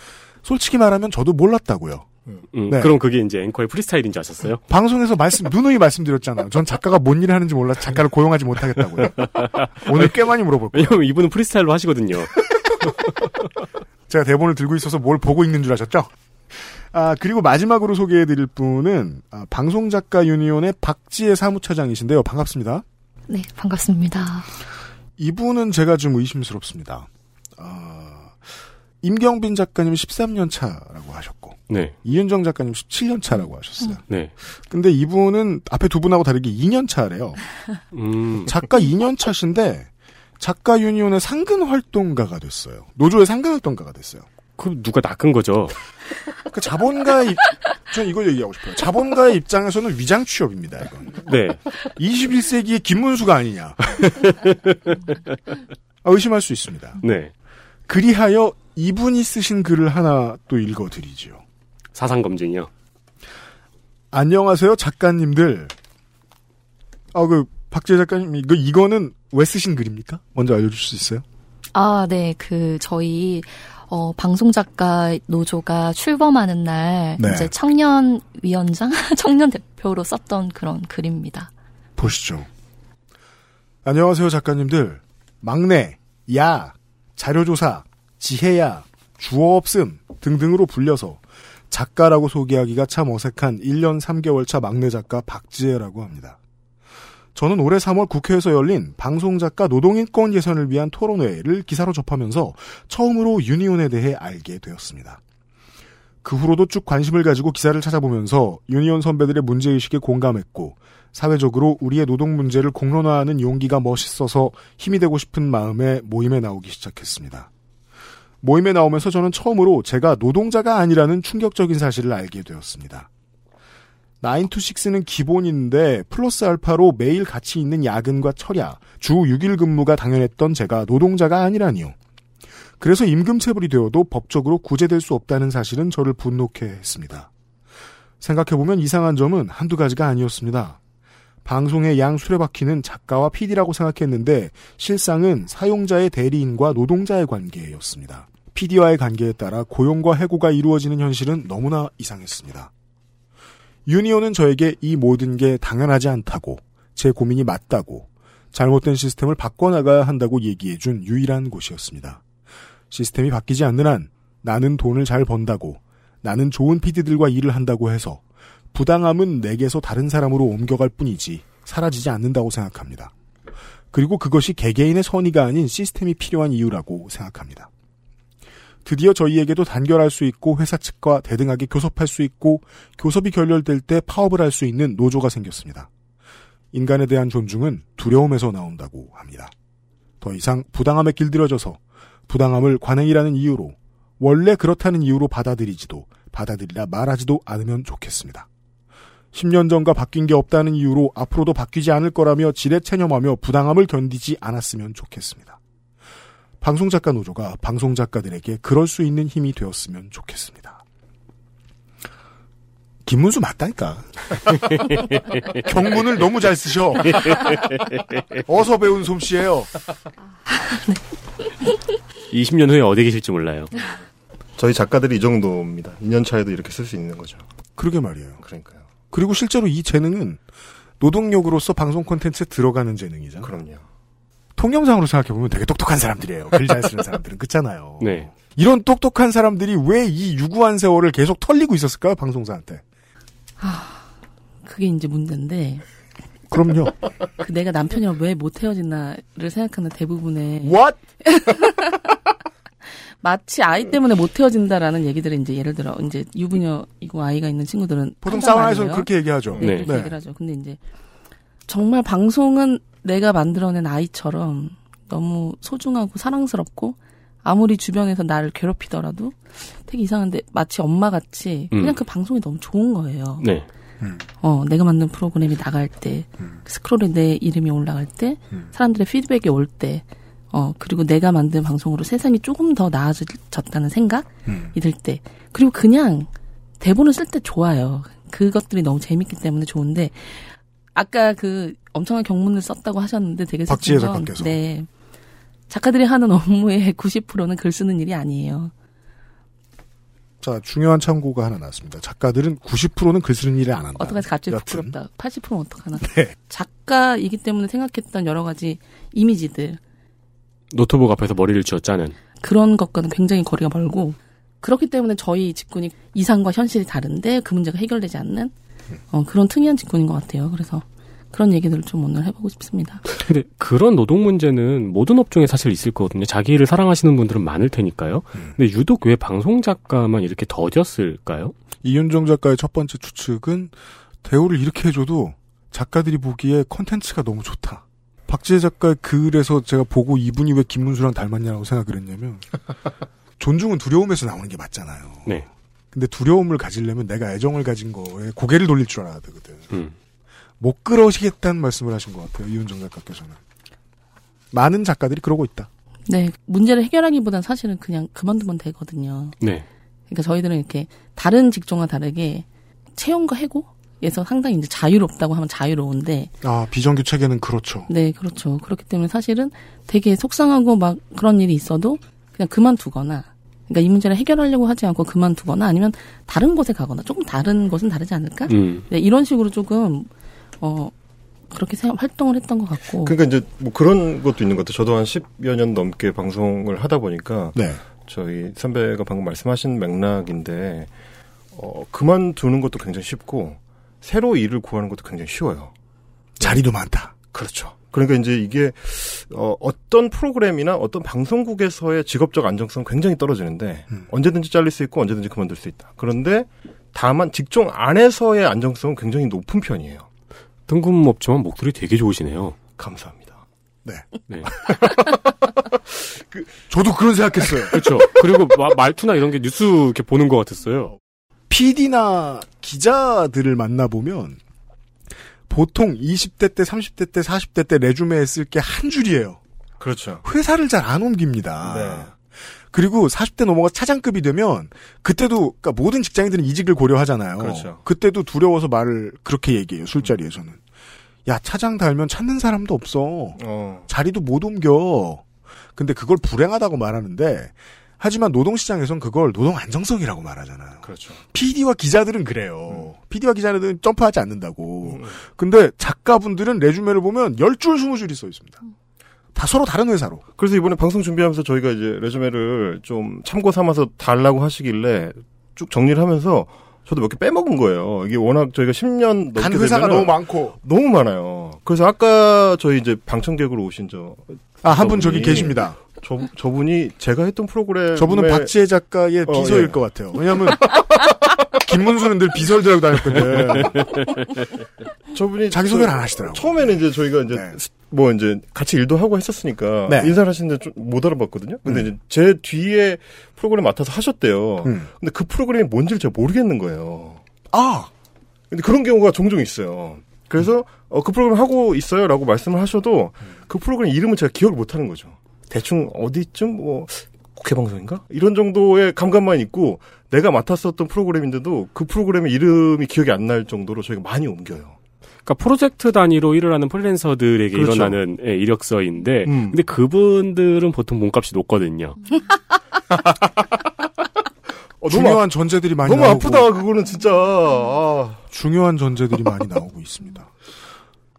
Speaker 2: 솔직히 말하면 저도 몰랐다고요.
Speaker 3: 음,
Speaker 2: 네.
Speaker 3: 그럼 그게 이제 앵커의 프리스타일인 줄 아셨어요?
Speaker 2: 방송에서 말씀 누누이 말씀드렸잖아요. 전 작가가 뭔 일을 하는지 몰라서 작가를 고용하지 못하겠다고요. 오늘 꽤 많이 물어볼 거예요.
Speaker 3: 왜냐면 이분은 프리스타일로 하시거든요.
Speaker 2: 제가 대본을 들고 있어서 뭘 보고 있는 줄 아셨죠? 아, 그리고 마지막으로 소개해드릴 분은, 아, 방송작가 유니온의 박지혜 사무처장이신데요. 반갑습니다.
Speaker 12: 네, 반갑습니다.
Speaker 2: 이분은 제가 좀 의심스럽습니다. 아, 임경빈 작가님 13년 차라고 하셨고,
Speaker 3: [laughs] 네.
Speaker 2: 이윤정 작가님 17년 차라고 하셨어요.
Speaker 3: 네.
Speaker 2: 근데 이분은 앞에 두 분하고 다르게 2년 차래요.
Speaker 3: 음.
Speaker 2: 작가 2년 차신데, 작가 유니온의 상근 활동가가 됐어요. 노조의 상근 활동가가 됐어요.
Speaker 3: 그 누가 낚은 거죠.
Speaker 2: 그 자본가의 입, 전 이걸 얘기하고 싶어요. 자본가의 입장에서는 위장 취업입니다, 이건.
Speaker 3: [laughs] 네.
Speaker 2: 21세기의 김문수가 아니냐. 아, 의심할 수 있습니다.
Speaker 3: 네.
Speaker 2: 그리하여 이분이 쓰신 글을 하나 또 읽어드리지요.
Speaker 3: 사상 검증이요.
Speaker 2: 안녕하세요, 작가님들. 아, 그, 박재 작가님, 이거, 이거는 왜 쓰신 글입니까? 먼저 알려줄 수 있어요?
Speaker 12: 아, 네. 그 저희 어, 방송 작가 노조가 출범하는 날
Speaker 2: 네.
Speaker 12: 이제 청년 위원장, [laughs] 청년 대표로 썼던 그런 글입니다.
Speaker 2: 보시죠. 안녕하세요, 작가님들. 막내, 야, 자료조사, 지혜야, 주어 없음 등등으로 불려서 작가라고 소개하기가 참 어색한 1년 3개월 차 막내 작가 박지혜라고 합니다. 저는 올해 3월 국회에서 열린 방송작가 노동인권 예산을 위한 토론회를 기사로 접하면서 처음으로 유니온에 대해 알게 되었습니다. 그 후로도 쭉 관심을 가지고 기사를 찾아보면서 유니온 선배들의 문제의식에 공감했고 사회적으로 우리의 노동 문제를 공론화하는 용기가 멋있어서 힘이 되고 싶은 마음에 모임에 나오기 시작했습니다. 모임에 나오면서 저는 처음으로 제가 노동자가 아니라는 충격적인 사실을 알게 되었습니다. 9to6는 기본인데 플러스 알파로 매일 같이 있는 야근과 철야, 주 6일 근무가 당연했던 제가 노동자가 아니라니요. 그래서 임금체불이 되어도 법적으로 구제될 수 없다는 사실은 저를 분노케 했습니다. 생각해보면 이상한 점은 한두 가지가 아니었습니다. 방송의 양 수레바퀴는 작가와 PD라고 생각했는데 실상은 사용자의 대리인과 노동자의 관계였습니다. PD와의 관계에 따라 고용과 해고가 이루어지는 현실은 너무나 이상했습니다. 유니온은 저에게 이 모든 게 당연하지 않다고 제 고민이 맞다고 잘못된 시스템을 바꿔나가야 한다고 얘기해준 유일한 곳이었습니다. 시스템이 바뀌지 않는 한 나는 돈을 잘 번다고 나는 좋은 PD들과 일을 한다고 해서 부당함은 내게서 다른 사람으로 옮겨갈 뿐이지 사라지지 않는다고 생각합니다. 그리고 그것이 개개인의 선의가 아닌 시스템이 필요한 이유라고 생각합니다. 드디어 저희에게도 단결할 수 있고 회사 측과 대등하게 교섭할 수 있고 교섭이 결렬될 때 파업을 할 수 있는 노조가 생겼습니다. 인간에 대한 존중은 두려움에서 나온다고 합니다. 더 이상 부당함에 길들여져서 부당함을 관행이라는 이유로 원래 그렇다는 이유로 받아들이지도 받아들이라 말하지도 않으면 좋겠습니다. 10년 전과 바뀐 게 없다는 이유로 앞으로도 바뀌지 않을 거라며 지레 체념하며 부당함을 견디지 않았으면 좋겠습니다. 방송작가 노조가 방송작가들에게 그럴 수 있는 힘이 되었으면 좋겠습니다. 김문수 맞다니까. [laughs] 경문을 너무 잘 쓰셔. 어서 배운 솜씨예요.
Speaker 3: 20년 후에 어디 계실지 몰라요.
Speaker 11: 저희 작가들이 이 정도입니다. 2년 차에도 이렇게 쓸 수 있는 거죠.
Speaker 2: 그러게 말이에요.
Speaker 11: 그러니까요.
Speaker 2: 그리고 실제로 이 재능은 노동력으로서 방송 콘텐츠에 들어가는 재능이잖아요.
Speaker 11: 그럼요.
Speaker 2: 통념상으로 생각해보면 되게 똑똑한 사람들이에요. 글 잘 쓰는 사람들은. 그렇잖아요.
Speaker 3: 네.
Speaker 2: 이런 똑똑한 사람들이 왜 이 유구한 세월을 계속 털리고 있었을까요? 방송사한테.
Speaker 10: 그게 이제 문제인데
Speaker 2: 그럼요.
Speaker 10: 그 내가 남편이랑 왜 못 헤어졌나를 생각하는 대부분의
Speaker 2: What?
Speaker 10: 마치 아이 때문에 못 헤어진다라는 얘기들을 이제 예를 들어 이제 유부녀이고 아이가 있는 친구들은
Speaker 2: 보통
Speaker 10: 상담 많이
Speaker 2: 사우나에서는
Speaker 10: 해요.
Speaker 2: 그렇게 얘기하죠.
Speaker 10: 네,
Speaker 2: 네.
Speaker 10: 그렇게 얘기를 하죠. 근데 이제 정말 방송은 내가 만들어낸 아이처럼 너무 소중하고 사랑스럽고 아무리 주변에서 나를 괴롭히더라도 되게 이상한데 마치 엄마 같이 그냥
Speaker 3: 음.
Speaker 10: 그 방송이 너무 좋은 거예요.
Speaker 3: 네.
Speaker 10: 어 내가 만든 프로그램이 나갈 때 스크롤에 내 이름이 올라갈 때
Speaker 2: 음.
Speaker 10: 사람들의 피드백이 올 때 어 그리고 내가 만든 방송으로 세상이 조금 더 나아졌다는 생각
Speaker 2: 음.
Speaker 10: 이들 때 그리고 그냥 대본을 쓸 때 좋아요 그것들이 너무 재밌기 때문에 좋은데 아까 그 엄청난 경문을 썼다고 하셨는데 되게
Speaker 2: 박지혜
Speaker 10: 슬픈 건,
Speaker 2: 작가께서.
Speaker 10: 네 작가들이 하는 업무의 [laughs] 90%는 글 쓰는 일이 아니에요
Speaker 2: 자, 중요한 참고가 하나 나왔습니다. 작가들은 90%는 글 쓰는 일을 안 한다.
Speaker 10: 어떡하지 갑자기
Speaker 2: 아, 여튼.
Speaker 10: 부끄럽다. 80%는 어떡하나.
Speaker 2: 네.
Speaker 10: 작가이기 때문에 생각했던 여러 가지 이미지들
Speaker 3: 노트북 앞에서 머리를 쥐어짜는
Speaker 10: 그런 것과는 굉장히 거리가 멀고 그렇기 때문에 저희 직군이 이상과 현실이 다른데 그 문제가 해결되지 않는 어, 그런 특이한 직군인 것 같아요. 그래서 그런 얘기들을 좀 오늘 해보고 싶습니다.
Speaker 3: 근데 그런 노동 문제는 모든 업종에 사실 있을 거거든요. 자기 일을 사랑하시는 분들은 많을 테니까요. 근데 유독 왜 방송 작가만 이렇게 더뎠을까요?
Speaker 2: 이윤정 작가의 첫 번째 추측은 대우를 이렇게 해줘도 작가들이 보기에 컨텐츠가 너무 좋다. 박지혜 작가의 글에서 제가 보고 이분이 왜 김문수랑 닮았냐고 생각을 했냐면 존중은 두려움에서 나오는 게 맞잖아요.
Speaker 3: 네.
Speaker 2: 근데 두려움을 가지려면 내가 애정을 가진 거에 고개를 돌릴 줄 알아야 되거든.
Speaker 3: 음.
Speaker 2: 못 그러시겠다는 말씀을 하신 것 같아요. 이윤정 작가께서는. 많은 작가들이 그러고 있다.
Speaker 10: 네, 문제를 해결하기보단 사실은 그냥 그만두면 되거든요.
Speaker 3: 네.
Speaker 10: 그러니까 저희들은 이렇게 다른 직종과 다르게 채용과 해고에서 상당히 이제 자유롭다고 하면 자유로운데
Speaker 2: 아, 비정규 체계는 그렇죠.
Speaker 10: 네, 그렇죠. 그렇기 때문에 사실은 되게 속상하고 막 그런 일이 있어도 그냥 그만두거나, 그러니까 이 문제를 해결하려고 하지 않고 그만두거나 아니면 다른 곳에 가거나 조금 다른 곳은 다르지 않을까?
Speaker 3: 음.
Speaker 10: 네, 이런 식으로 조금, 어, 그렇게 생각- 활동을 했던 것 같고.
Speaker 11: 그러니까 이제 뭐 그런 것도 있는 것 같아요. 저도 한 10여 년 넘게 방송을 하다 보니까
Speaker 2: 네.
Speaker 11: 저희 선배가 방금 말씀하신 맥락인데 어, 그만두는 것도 굉장히 쉽고 새로 일을 구하는 것도 굉장히 쉬워요.
Speaker 2: 자리도 많다.
Speaker 11: 그렇죠. 그러니까 이제 이게 어, 어떤 프로그램이나 어떤 방송국에서의 직업적 안정성 은 굉장히 떨어지는데
Speaker 2: 음.
Speaker 11: 언제든지 잘릴 수 있고 언제든지 그만둘 수 있다. 그런데 다만 직종 안에서의 안정성은 굉장히 높은 편이에요.
Speaker 3: 뜬금없지만 목소리 되게 좋으시네요.
Speaker 11: 감사합니다.
Speaker 2: 네.
Speaker 3: 네.
Speaker 2: 저도 그런 생각했어요.
Speaker 3: [laughs] 그렇죠. 그리고 마- 말투나 이런 게 뉴스 이렇게 보는 것 같았어요.
Speaker 2: PD나 기자들을 만나보면 보통 20대 때, 30대 때, 40대 때 레주메에 쓸 게 한 줄이에요.
Speaker 11: 그렇죠.
Speaker 2: 회사를 잘 안
Speaker 11: 아.
Speaker 2: 옮깁니다.
Speaker 11: 네.
Speaker 2: 그리고 40대 넘어가 차장급이 되면 그때도 그러니까 모든 직장인들은 이직을 고려하잖아요.
Speaker 11: 그렇죠.
Speaker 2: 때도 두려워서 말을 그렇게 얘기해요. 술자리에서는. 야, 차장 달면 찾는 사람도 없어.
Speaker 11: 어.
Speaker 2: 자리도 못 옮겨. 근데 그걸 불행하다고 말하는데 하지만 노동시장에선 그걸 노동 안정성이라고 말하잖아요.
Speaker 11: 그렇죠. 음.
Speaker 2: PD와 기자들은 그래요. PD와 기자들은 점프하지 않는다고. 근데 작가분들은 레주메를 보면 10줄, 20줄이 써 있습니다. 다 서로 다른 회사로.
Speaker 11: 그래서 이번에 방송 준비하면서 저희가 이제 레주메를 좀 참고 삼아서 달라고 하시길래 쭉 정리를 하면서 저도 몇 개 빼먹은 거예요. 이게 워낙 저희가 10년 넘게
Speaker 2: 간 회사가
Speaker 11: 되면은
Speaker 2: 너무 많고.
Speaker 11: 너무 많아요. 그래서 아까 저희 이제 방청객으로 오신 저
Speaker 2: 아, 한 분 저기
Speaker 11: 저분이
Speaker 2: 계십니다.
Speaker 11: 저 저분이 제가 했던 프로그램
Speaker 2: 저분은 박지혜 작가의
Speaker 11: 네, 어,
Speaker 2: 비서일
Speaker 11: 예.
Speaker 2: 것 같아요. 왜냐하면 김문수는 늘 비서를 들고 다녔거든요.
Speaker 11: [laughs] 저분이
Speaker 2: 자기소개를
Speaker 11: 저-
Speaker 2: 안 하시더라고요.
Speaker 11: 처음에는 이제 저희가 이제 스- 뭐 이제 같이 일도 하고 했었으니까
Speaker 2: 네.
Speaker 11: 인사를 하시는데 좀 못 알아봤거든요. 근데 이제 제 뒤에 프로그램 맡아서 하셨대요.
Speaker 2: 음.
Speaker 11: 근데 그 프로그램이 뭔지를 제가 모르겠는 거예요.
Speaker 2: 아. 음.
Speaker 11: 근데 그런 경우가 종종 있어요. 그래서 어, 그 프로그램 하고 있어요라고 말씀을 하셔도 그 프로그램 이름을 제가 기억을 못 하는 거죠. 대충 어디쯤 뭐 국회 방송인가? 이런 정도의 감각만 있고 내가 맡았었던 프로그램인데도 그 프로그램의 이름이 기억이 안 날 정도로 저희가 많이 옮겨요.
Speaker 3: 그러니까 프로젝트 단위로 일을 하는 프리랜서들에게
Speaker 11: 그렇죠.
Speaker 3: 일어나는 예, 이력서인데,
Speaker 11: 음.
Speaker 3: 근데 그분들은 보통 몸값이 높거든요.
Speaker 11: 어, 너무
Speaker 2: 중요한
Speaker 11: 아-
Speaker 2: 전제들이 많이
Speaker 11: 너무
Speaker 2: 나오고
Speaker 11: 아프다 그거는 진짜. 아.
Speaker 2: 중요한 전제들이 많이 나오고 있습니다.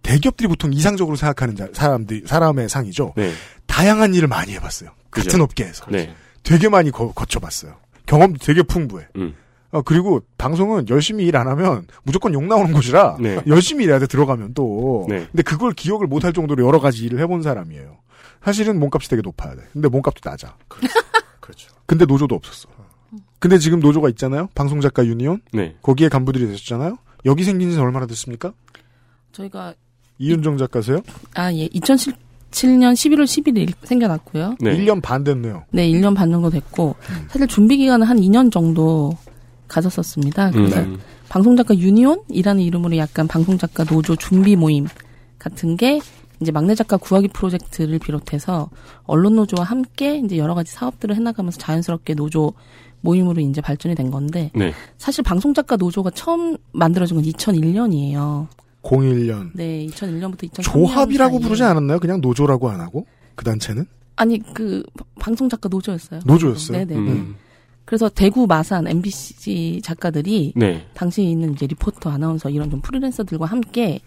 Speaker 2: 대기업들이 보통 이상적으로 생각하는 자- 사람들 사람의 상이죠.
Speaker 3: 네.
Speaker 2: 다양한 일을 많이 해봤어요.
Speaker 3: 그죠.
Speaker 2: 같은 업계에서
Speaker 3: 네.
Speaker 2: 되게 많이 거, 쳐봤어요 경험도 되게 풍부해.
Speaker 3: 음.
Speaker 2: 어, 그리고 방송은 열심히 일 안 하면 무조건 욕 나오는 곳이라
Speaker 3: 네.
Speaker 2: 열심히 일해야 돼 들어가면 또.
Speaker 3: 네.
Speaker 2: 근데 그걸 기억을 못 할 정도로 여러 가지 일을 해본 사람이에요. 사실은 몸값이 되게 높아야 돼. 근데 몸값도 낮아.
Speaker 11: 그렇죠.
Speaker 2: 근데 노조도 없었어. 근데 지금 노조가 있잖아요. 방송작가 유니온.
Speaker 3: 네.
Speaker 2: 거기에 간부들이 되셨잖아요. 여기 생긴 지 얼마나 됐습니까?
Speaker 10: 저희가,
Speaker 2: 이윤정 작가세요?
Speaker 10: 아, 예, 2017년 11월 11일 생겨났고요.
Speaker 3: 네.
Speaker 2: 1년 반 됐네요.
Speaker 10: 네, 1년 반 정도 됐고, 사실 준비 기간은 한 2년 정도 가졌었습니다. 그래서
Speaker 3: 음.
Speaker 10: 방송작가 유니온이라는 이름으로 약간 방송작가 노조 준비 모임 같은 게 이제 막내 작가 구하기 프로젝트를 비롯해서 언론 노조와 함께 이제 여러 가지 사업들을 해나가면서 자연스럽게 노조 모임으로 이제 발전이 된 건데
Speaker 3: 네.
Speaker 10: 사실 방송작가 노조가 처음 만들어진 건 2001년이에요.
Speaker 2: 01년
Speaker 10: 네, 2001년부터 2003년
Speaker 2: 조합이라고 부르지 않았나요? 그냥 노조라고 안 하고 그 단체는
Speaker 10: 아니 그 방송작가 노조였어요.
Speaker 2: 노조였어요.
Speaker 10: 네네.
Speaker 2: 음.
Speaker 10: 그래서 대구 마산 MBC 작가들이
Speaker 2: 네.
Speaker 10: 당시에 있는 이제 리포터 아나운서 이런 좀 프리랜서들과 함께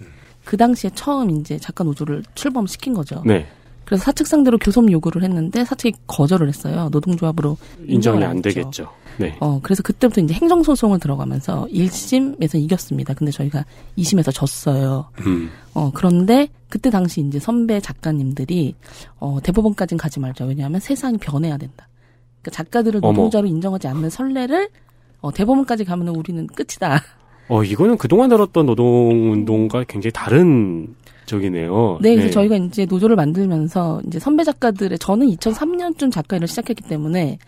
Speaker 10: 그 당시에 처음 이제 작가 노조를 출범시킨 거죠.
Speaker 3: 네.
Speaker 10: 그래서 사측 상대로 교섭 요구를 했는데 사측이 거절을 했어요. 노동조합으로
Speaker 3: 인정이
Speaker 10: 인정을
Speaker 3: 안
Speaker 10: 했죠.
Speaker 3: 되겠죠. 네.
Speaker 10: 어, 그래서 그때부터 이제 행정소송을 들어가면서 1심에서 이겼습니다. 근데 저희가 2심에서 졌어요.
Speaker 3: 음.
Speaker 10: 어, 그런데 그때 당시 이제 선배 작가님들이 어, 대법원까지는 가지 말자. 왜냐하면 세상이 변해야 된다. 그러니까 작가들을
Speaker 3: 어머.
Speaker 10: 노동자로 인정하지 않는 선례를 어, 대법원까지 가면 은 우리는 끝이다.
Speaker 3: 어, 이거는 그동안 들었던 노동운동과 굉장히 다른 적이네요.
Speaker 10: 네, 그래서 저희가 이제 노조를 만들면서 이제 선배 작가들의 저는 2003년쯤 작가 일을 시작했기 때문에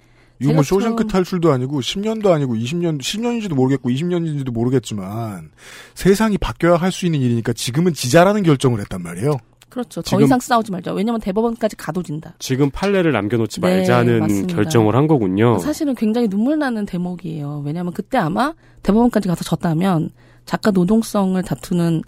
Speaker 2: 이거 뭐
Speaker 10: 제가
Speaker 2: 쇼생크
Speaker 10: 처음-
Speaker 2: 탈출도 아니고 10년도 아니고 20년 10년인지도 모르겠고 20년인지도 모르겠지만 세상이 바뀌어야 할 수 있는 일이니까 지금은 지자라는 결정을 했단 말이에요.
Speaker 10: 그렇죠. 더
Speaker 3: 지금-
Speaker 10: 이상 싸우지 말자. 왜냐하면 대법원까지 가둬진다.
Speaker 3: 지금 판례를 남겨놓지
Speaker 10: 네,
Speaker 3: 말자는
Speaker 10: 맞습니다. 뭐
Speaker 3: 결정을 한 거군요.
Speaker 10: 사실은 굉장히 눈물 나는 대목이에요. 왜냐하면 그때 아마 대법원까지 가서 졌다면 작가 노동성을 다투는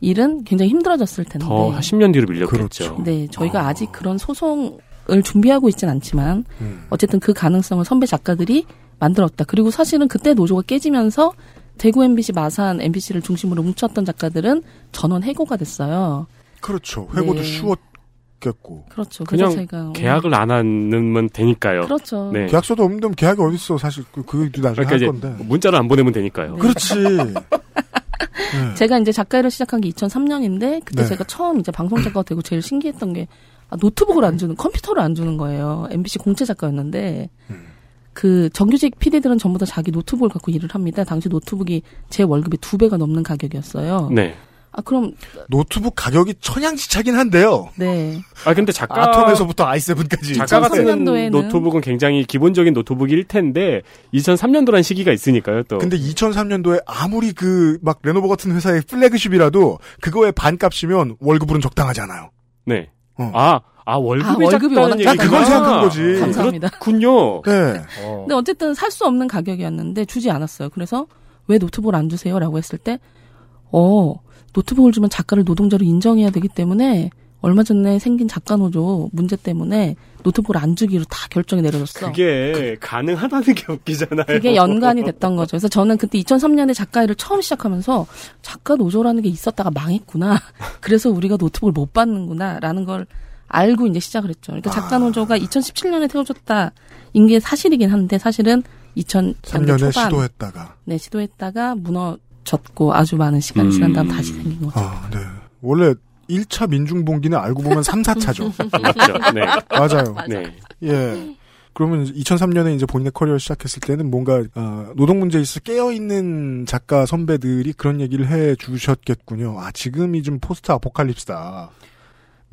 Speaker 10: 일은 굉장히 힘들어졌을 텐데.
Speaker 3: 더 어. 10년 뒤로 밀렸겠죠.
Speaker 10: 네, 저희가 아직 그런 소송을 준비하고 있진 않지만
Speaker 2: 음.
Speaker 10: 어쨌든 그 가능성을 선배 작가들이 만들었다. 그리고 사실은 그때 노조가 깨지면서 대구 MBC, 마산 MBC를 중심으로 뭉쳤던 작가들은 전원 해고가 됐어요.
Speaker 2: 그렇죠. 회고도
Speaker 10: 네.
Speaker 2: 쉬웠겠고.
Speaker 10: 그렇죠. 그래서
Speaker 3: 그냥
Speaker 10: 제가
Speaker 3: 계약을 안 하면 되니까요.
Speaker 10: 그렇죠.
Speaker 3: 네.
Speaker 2: 계약서도 없는데 뭐 계약이 어디 있어 사실 그 그게 나중에
Speaker 3: 그러니까
Speaker 2: 할
Speaker 3: 이제
Speaker 2: 건데.
Speaker 3: 문자를 안 보내면 되니까요.
Speaker 10: [laughs]
Speaker 2: 그렇지. 네.
Speaker 10: 제가 이제 작가 일을 시작한 게 2003년인데 그때
Speaker 3: 네.
Speaker 10: 제가 처음 이제 방송 작가가 되고 제일 신기했던 게 아, 노트북을 안 주는 컴퓨터를 안 주는 거예요. MBC 공채 작가였는데 그 정규직 PD들은 전부 다 자기 노트북을 갖고 일을 합니다. 당시 노트북이 제 월급의 두 배가 넘는 가격이었어요.
Speaker 3: 네.
Speaker 10: 아 그럼
Speaker 2: 노트북 가격이 천양지차긴 한데요.
Speaker 10: 네.
Speaker 3: 아 근데 작가
Speaker 2: 아톰에서부터 i7까지
Speaker 3: 작가 같은
Speaker 10: 2003년도에는
Speaker 3: 노트북은 굉장히 기본적인 노트북일 텐데 2003년도란 시기가 있으니까요. 또
Speaker 2: 근데 2003년도에 아무리 그 막 레노버 같은 회사의 플래그십이라도 그거의 반값이면 월급으로는 적당하지 않아요.
Speaker 3: 네. 아, 아 월급이
Speaker 10: 아, 월급이
Speaker 3: 작다는
Speaker 10: 워낙
Speaker 3: 얘기
Speaker 10: 작아서. 그걸 생각한 거지. 감사합니다.
Speaker 3: 그렇군요.
Speaker 2: 네.
Speaker 10: 근데 어쨌든 살 수 없는 가격이었는데 주지 않았어요. 그래서 왜 노트북을 안 주세요라고 했을 때 어, 노트북을 주면 작가를 노동자로 인정해야 되기 때문에 얼마 전에 생긴 작가 노조 문제 때문에 노트북을 안 주기로 다 결정이 내려졌어.
Speaker 3: 그게 가능하다는 게 웃기잖아요.
Speaker 10: 그게
Speaker 3: [laughs]
Speaker 10: 연관이 됐던 거죠. 그래서 저는 그때 2003년에 작가 일을 처음 시작하면서 작가 노조라는 게 있었다가 망했구나. [laughs] 그래서 우리가 노트북을 못 받는구나라는 걸 알고 이제 시작을 했죠. 그러니까
Speaker 2: 아.
Speaker 10: 작가 노조가 2017년에 세워졌다 인게 사실이긴 한데 사실은 2003년
Speaker 2: 3년에
Speaker 10: 초반
Speaker 2: 시도했다가
Speaker 10: 네 시도했다가 무너졌고 아주 많은 시간이
Speaker 2: 음.
Speaker 10: 지난 다음 다시 생긴 거죠.
Speaker 2: 아, 네. 원래 1차 민중봉기는 알고 보면 3,
Speaker 10: [laughs]
Speaker 2: 4차죠.
Speaker 3: 맞죠. 네.
Speaker 2: 맞아요.
Speaker 3: 네.
Speaker 2: 예. 그러면 2003년에 이제 본인의 커리어를 시작했을 때는 뭔가 아, 노동 문제에 있어 깨어 있는 작가 선배들이 그런 얘기를 해 주셨겠군요. 아 지금이 좀 포스트 아포칼립스다.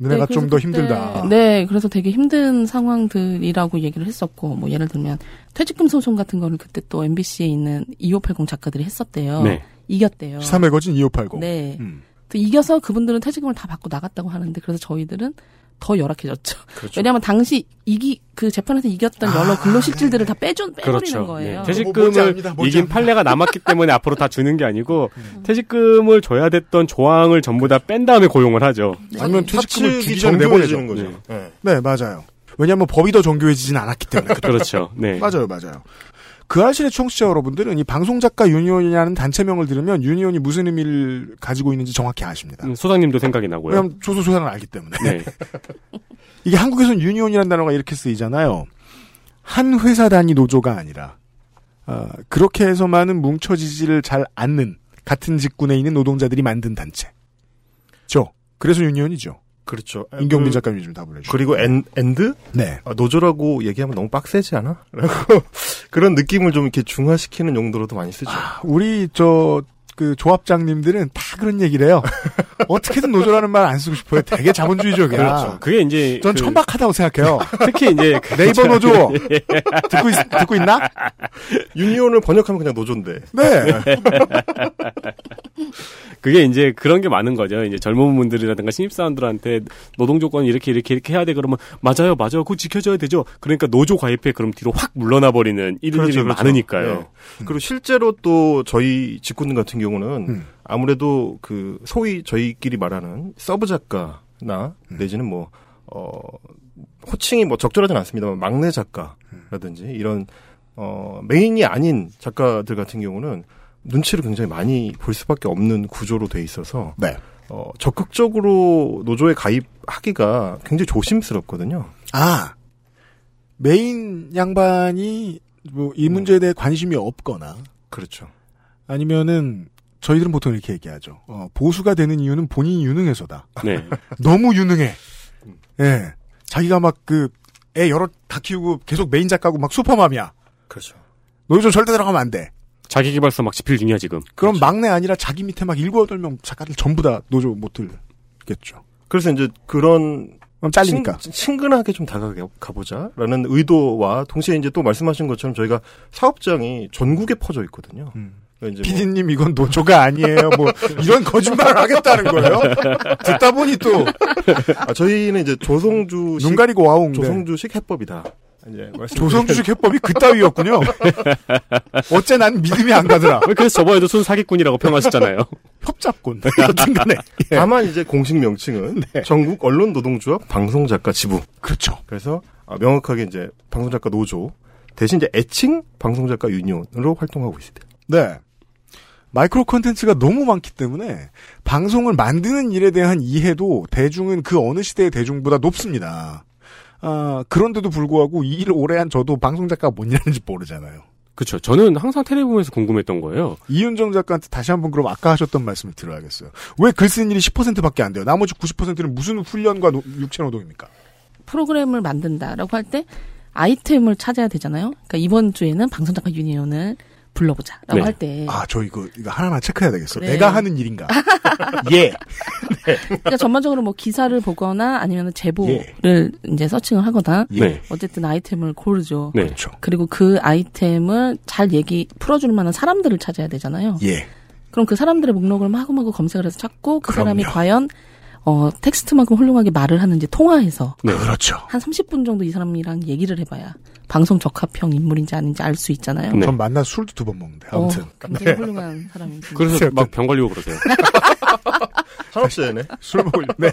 Speaker 2: 너네가
Speaker 10: 네,
Speaker 2: 좀 더
Speaker 10: 그래서 그때-
Speaker 2: 힘들다.
Speaker 10: 네, 그래서 되게 힘든 상황들이라고 얘기를 했었고, 뭐 예를 들면 퇴직금 소송 같은 거를 그때 또 MBC에 있는 2580 작가들이 했었대요.
Speaker 2: 네.
Speaker 10: 이겼대요.
Speaker 2: 13회거진 2580.
Speaker 10: 네.
Speaker 2: 음.
Speaker 10: 또 이겨서 그분들은 퇴직금을 다 받고 나갔다고 하는데 그래서 저희들은 더 열악해졌죠.
Speaker 2: 그렇죠.
Speaker 10: 왜냐하면 당시 이기 그 재판에서 이겼던 여러 근로 실질들을 다 빼준 빼버리는
Speaker 3: 아, 그렇죠.
Speaker 2: 어,
Speaker 3: 네.
Speaker 2: 뭐
Speaker 10: 거예요.
Speaker 3: 퇴직금을 이긴 판례가 남았기 때문에 앞으로 다 주는 게 아니고
Speaker 2: 음.
Speaker 3: 퇴직금을 줘야 됐던 조항을 전부 다 뺀 다음에 고용을 하죠.
Speaker 10: 네.
Speaker 2: 아니면 퇴직금을 주기 전에
Speaker 3: 정교해지는
Speaker 2: 내보내는 거죠. 네, 맞아요. 왜냐하면 법이 더 정교해지진 않았기 [laughs] 때문에. 그때.
Speaker 3: 그렇죠. 네.
Speaker 2: 맞아요, 맞아요. 그 알실의 청취자 여러분들은 이 방송작가 유니온이라는 단체명을 들으면 유니온이 무슨 의미를 가지고 있는지 정확히 아십니다.
Speaker 3: 음, 소장님도 생각이 나고요.
Speaker 2: 왜냐면 조소소장을 알기 때문에.
Speaker 3: 네.
Speaker 2: 이게 한국에선 유니온이라는 단어가 이렇게 쓰이잖아요. 한 회사 단위 노조가 아니라 아, 그렇게 해서만은 뭉쳐지지를 잘 않는 같은 직군에 있는 노동자들이 만든 단체. 죠. 그래서 유니온이죠.
Speaker 11: 그렇죠.
Speaker 3: 아,
Speaker 2: 임경빈
Speaker 11: 그-
Speaker 2: 작가님이 좀 답을 해주죠.
Speaker 11: 그리고 엔, 엔드?
Speaker 2: 네.
Speaker 11: 아, 노조라고 얘기하면 너무 빡세지 않아? [laughs] 아. 라고 그런 느낌을 좀 이렇게 중화시키는 용도로도 많이 쓰죠.
Speaker 2: 우리 저 그 조합장님들은 다 그런 얘기를
Speaker 3: [laughs]
Speaker 2: 해요. 어떻게든 노조라는 말 안 쓰고 싶어요. 되게 자본주의적이야.
Speaker 3: 그렇죠. 그게 이제
Speaker 2: 전
Speaker 3: 그-
Speaker 2: 천박하다고 생각해요.
Speaker 3: 특히 이제 그-
Speaker 2: 네이버 노조
Speaker 3: [laughs]
Speaker 2: 듣고 있, 듣고 있나?
Speaker 11: 유니온을 번역하면 그냥 노조인데.
Speaker 2: 네.
Speaker 3: 그게 이제 그런 게 많은 거죠. 이제 젊은 분들이라든가 신입사원들한테 노동 조건 이렇게 이렇게 이렇게 해야 돼 그러면 맞아요, 맞아요. 그거 지켜줘야 되죠. 그러니까 노조 가입해 그럼 뒤로 확 물러나 버리는 이런 일이 많으니까요.
Speaker 11: 네. 그리고 실제로 또 저희 직군 같은 경우는 아무래도 그 소위 저희끼리 말하는 서브 작가나 내지는 뭐, 어, 호칭이 뭐 적절하진 않습니다만 막내 작가라든지 이런, 어, 메인이 아닌 작가들 같은 경우는 눈치를 굉장히 많이 볼 수밖에 없는 구조로 돼 있어서 어, 적극적으로 노조에 가입하기가 굉장히 조심스럽거든요.
Speaker 2: 아 메인 양반이 뭐 이 문제에 대해 관심이 없거나
Speaker 11: 그렇죠.
Speaker 2: 아니면은 저희들은 보통 이렇게 얘기하죠. 어, 보수가 되는 이유는 본인이 유능해서다.
Speaker 3: 네.
Speaker 2: 너무 유능해. 예. 자기가 막 그, 애 여러 다 키우고 계속 메인 작가고 막 슈퍼맘이야.
Speaker 11: 그렇죠.
Speaker 2: 노조 절대 들어가면 안 돼.
Speaker 3: [laughs] 자기 개발서 막 집필 중이야 지금.
Speaker 2: 그럼 막내 아니라 자기 밑에 막 일곱 여덟 명 작가들 전부 다 노조 못 들겠죠.
Speaker 11: 그래서 이제 그런
Speaker 2: 그럼 잘리니까.
Speaker 11: 친- 친근하게 좀 다가가보자라는 의도와 동시에 이제 또 말씀하신 것처럼 저희가 사업장이 전국에 퍼져 있거든요.
Speaker 2: 음.
Speaker 11: 그러니까 이제
Speaker 2: 피디님 이건 노조가 아니에요. 뭐 이런 거짓말을 하겠다는 거예요. 듣다 보니 또
Speaker 11: 아, 저희는
Speaker 2: [laughs]
Speaker 11: 이제 조성주식
Speaker 2: 눈 가리고 와옹.
Speaker 11: 조성주식 해법이다. 이제 말씀-
Speaker 2: 조성주식 해법이 [laughs] 그따위였군요. 어째 난 믿음이 안 가더라.
Speaker 3: 그래서 저번에도 순 사기꾼이라고 평하셨잖아요.
Speaker 2: 협잡꾼. [laughs] 여튼간에.
Speaker 11: 다만 이제
Speaker 2: [laughs]
Speaker 11: 공식 명칭은 전국 언론 노동조합 방송 작가 지부.
Speaker 2: 네. 그렇죠.
Speaker 11: 그래서 아, 명확하게 이제 방송 작가 노조 대신 이제 애칭 방송 작가 유니온으로 활동하고 있습니다.
Speaker 2: 네. 마이크로 콘텐츠가 너무 많기 때문에 방송을 만드는 일에 대한 이해도 대중은 그 어느 시대의 대중보다 높습니다. 아, 그런데도 불구하고 이 일을 오래 한 저도 방송 작가가 뭔 일하는지 모르잖아요.
Speaker 3: [laughs] 그렇죠. 저는 항상 텔레비전에서 궁금했던 거예요.
Speaker 2: 이윤정 작가한테 다시 한번 그럼 아까 하셨던 말씀을 들어야겠어요. 왜 글 쓰는 일이 10%밖에 안 돼요? 나머지 90%는 무슨 훈련과 노- 육체 노동입니까?
Speaker 10: 프로그램을 만든다라고 할 때 아이템을 찾아야 되잖아요. 그러니까 이번 주에는 방송 작가 유니온을 불러보자라고
Speaker 2: 네.
Speaker 10: 할 때.
Speaker 2: 아, 저 이거, 이거 하나만 체크해야 되겠어.
Speaker 10: 네.
Speaker 2: 내가 하는
Speaker 10: [laughs]
Speaker 2: 일인가? 예.
Speaker 10: 그러니까 전반적으로 뭐 기사를 보거나 아니면 제보를
Speaker 2: 예.
Speaker 10: 이제 서칭을 하거나
Speaker 3: 예.
Speaker 2: 네.
Speaker 10: 어쨌든 아이템을 고르죠.
Speaker 2: 네. 그렇죠.
Speaker 10: 그리고 그 아이템을 잘 얘기 풀어줄 만한 사람들을 찾아야 되잖아요.
Speaker 2: 예.
Speaker 10: 그럼 그 사람들의 목록을 마구마구 검색을 해서 찾고 그 사람이
Speaker 2: 그럼요.
Speaker 10: 과연 어 텍스트만큼 훌륭하게 말을 하는지 통화해서
Speaker 3: 네.
Speaker 2: 그렇죠.
Speaker 10: 한 30분 정도 이 사람이랑 얘기를 해봐야 방송 적합형 인물인지 아닌지 알 수 있잖아요.
Speaker 11: 네.
Speaker 2: 전 만나 술도 두 번 먹는데, 네, 아무튼. 네.
Speaker 10: 어, 굉장히 훌륭한 사람입니다.
Speaker 3: 그래서 막 병 걸리고 그러세요.
Speaker 11: 산업시대네.
Speaker 2: 술 먹으려. 네.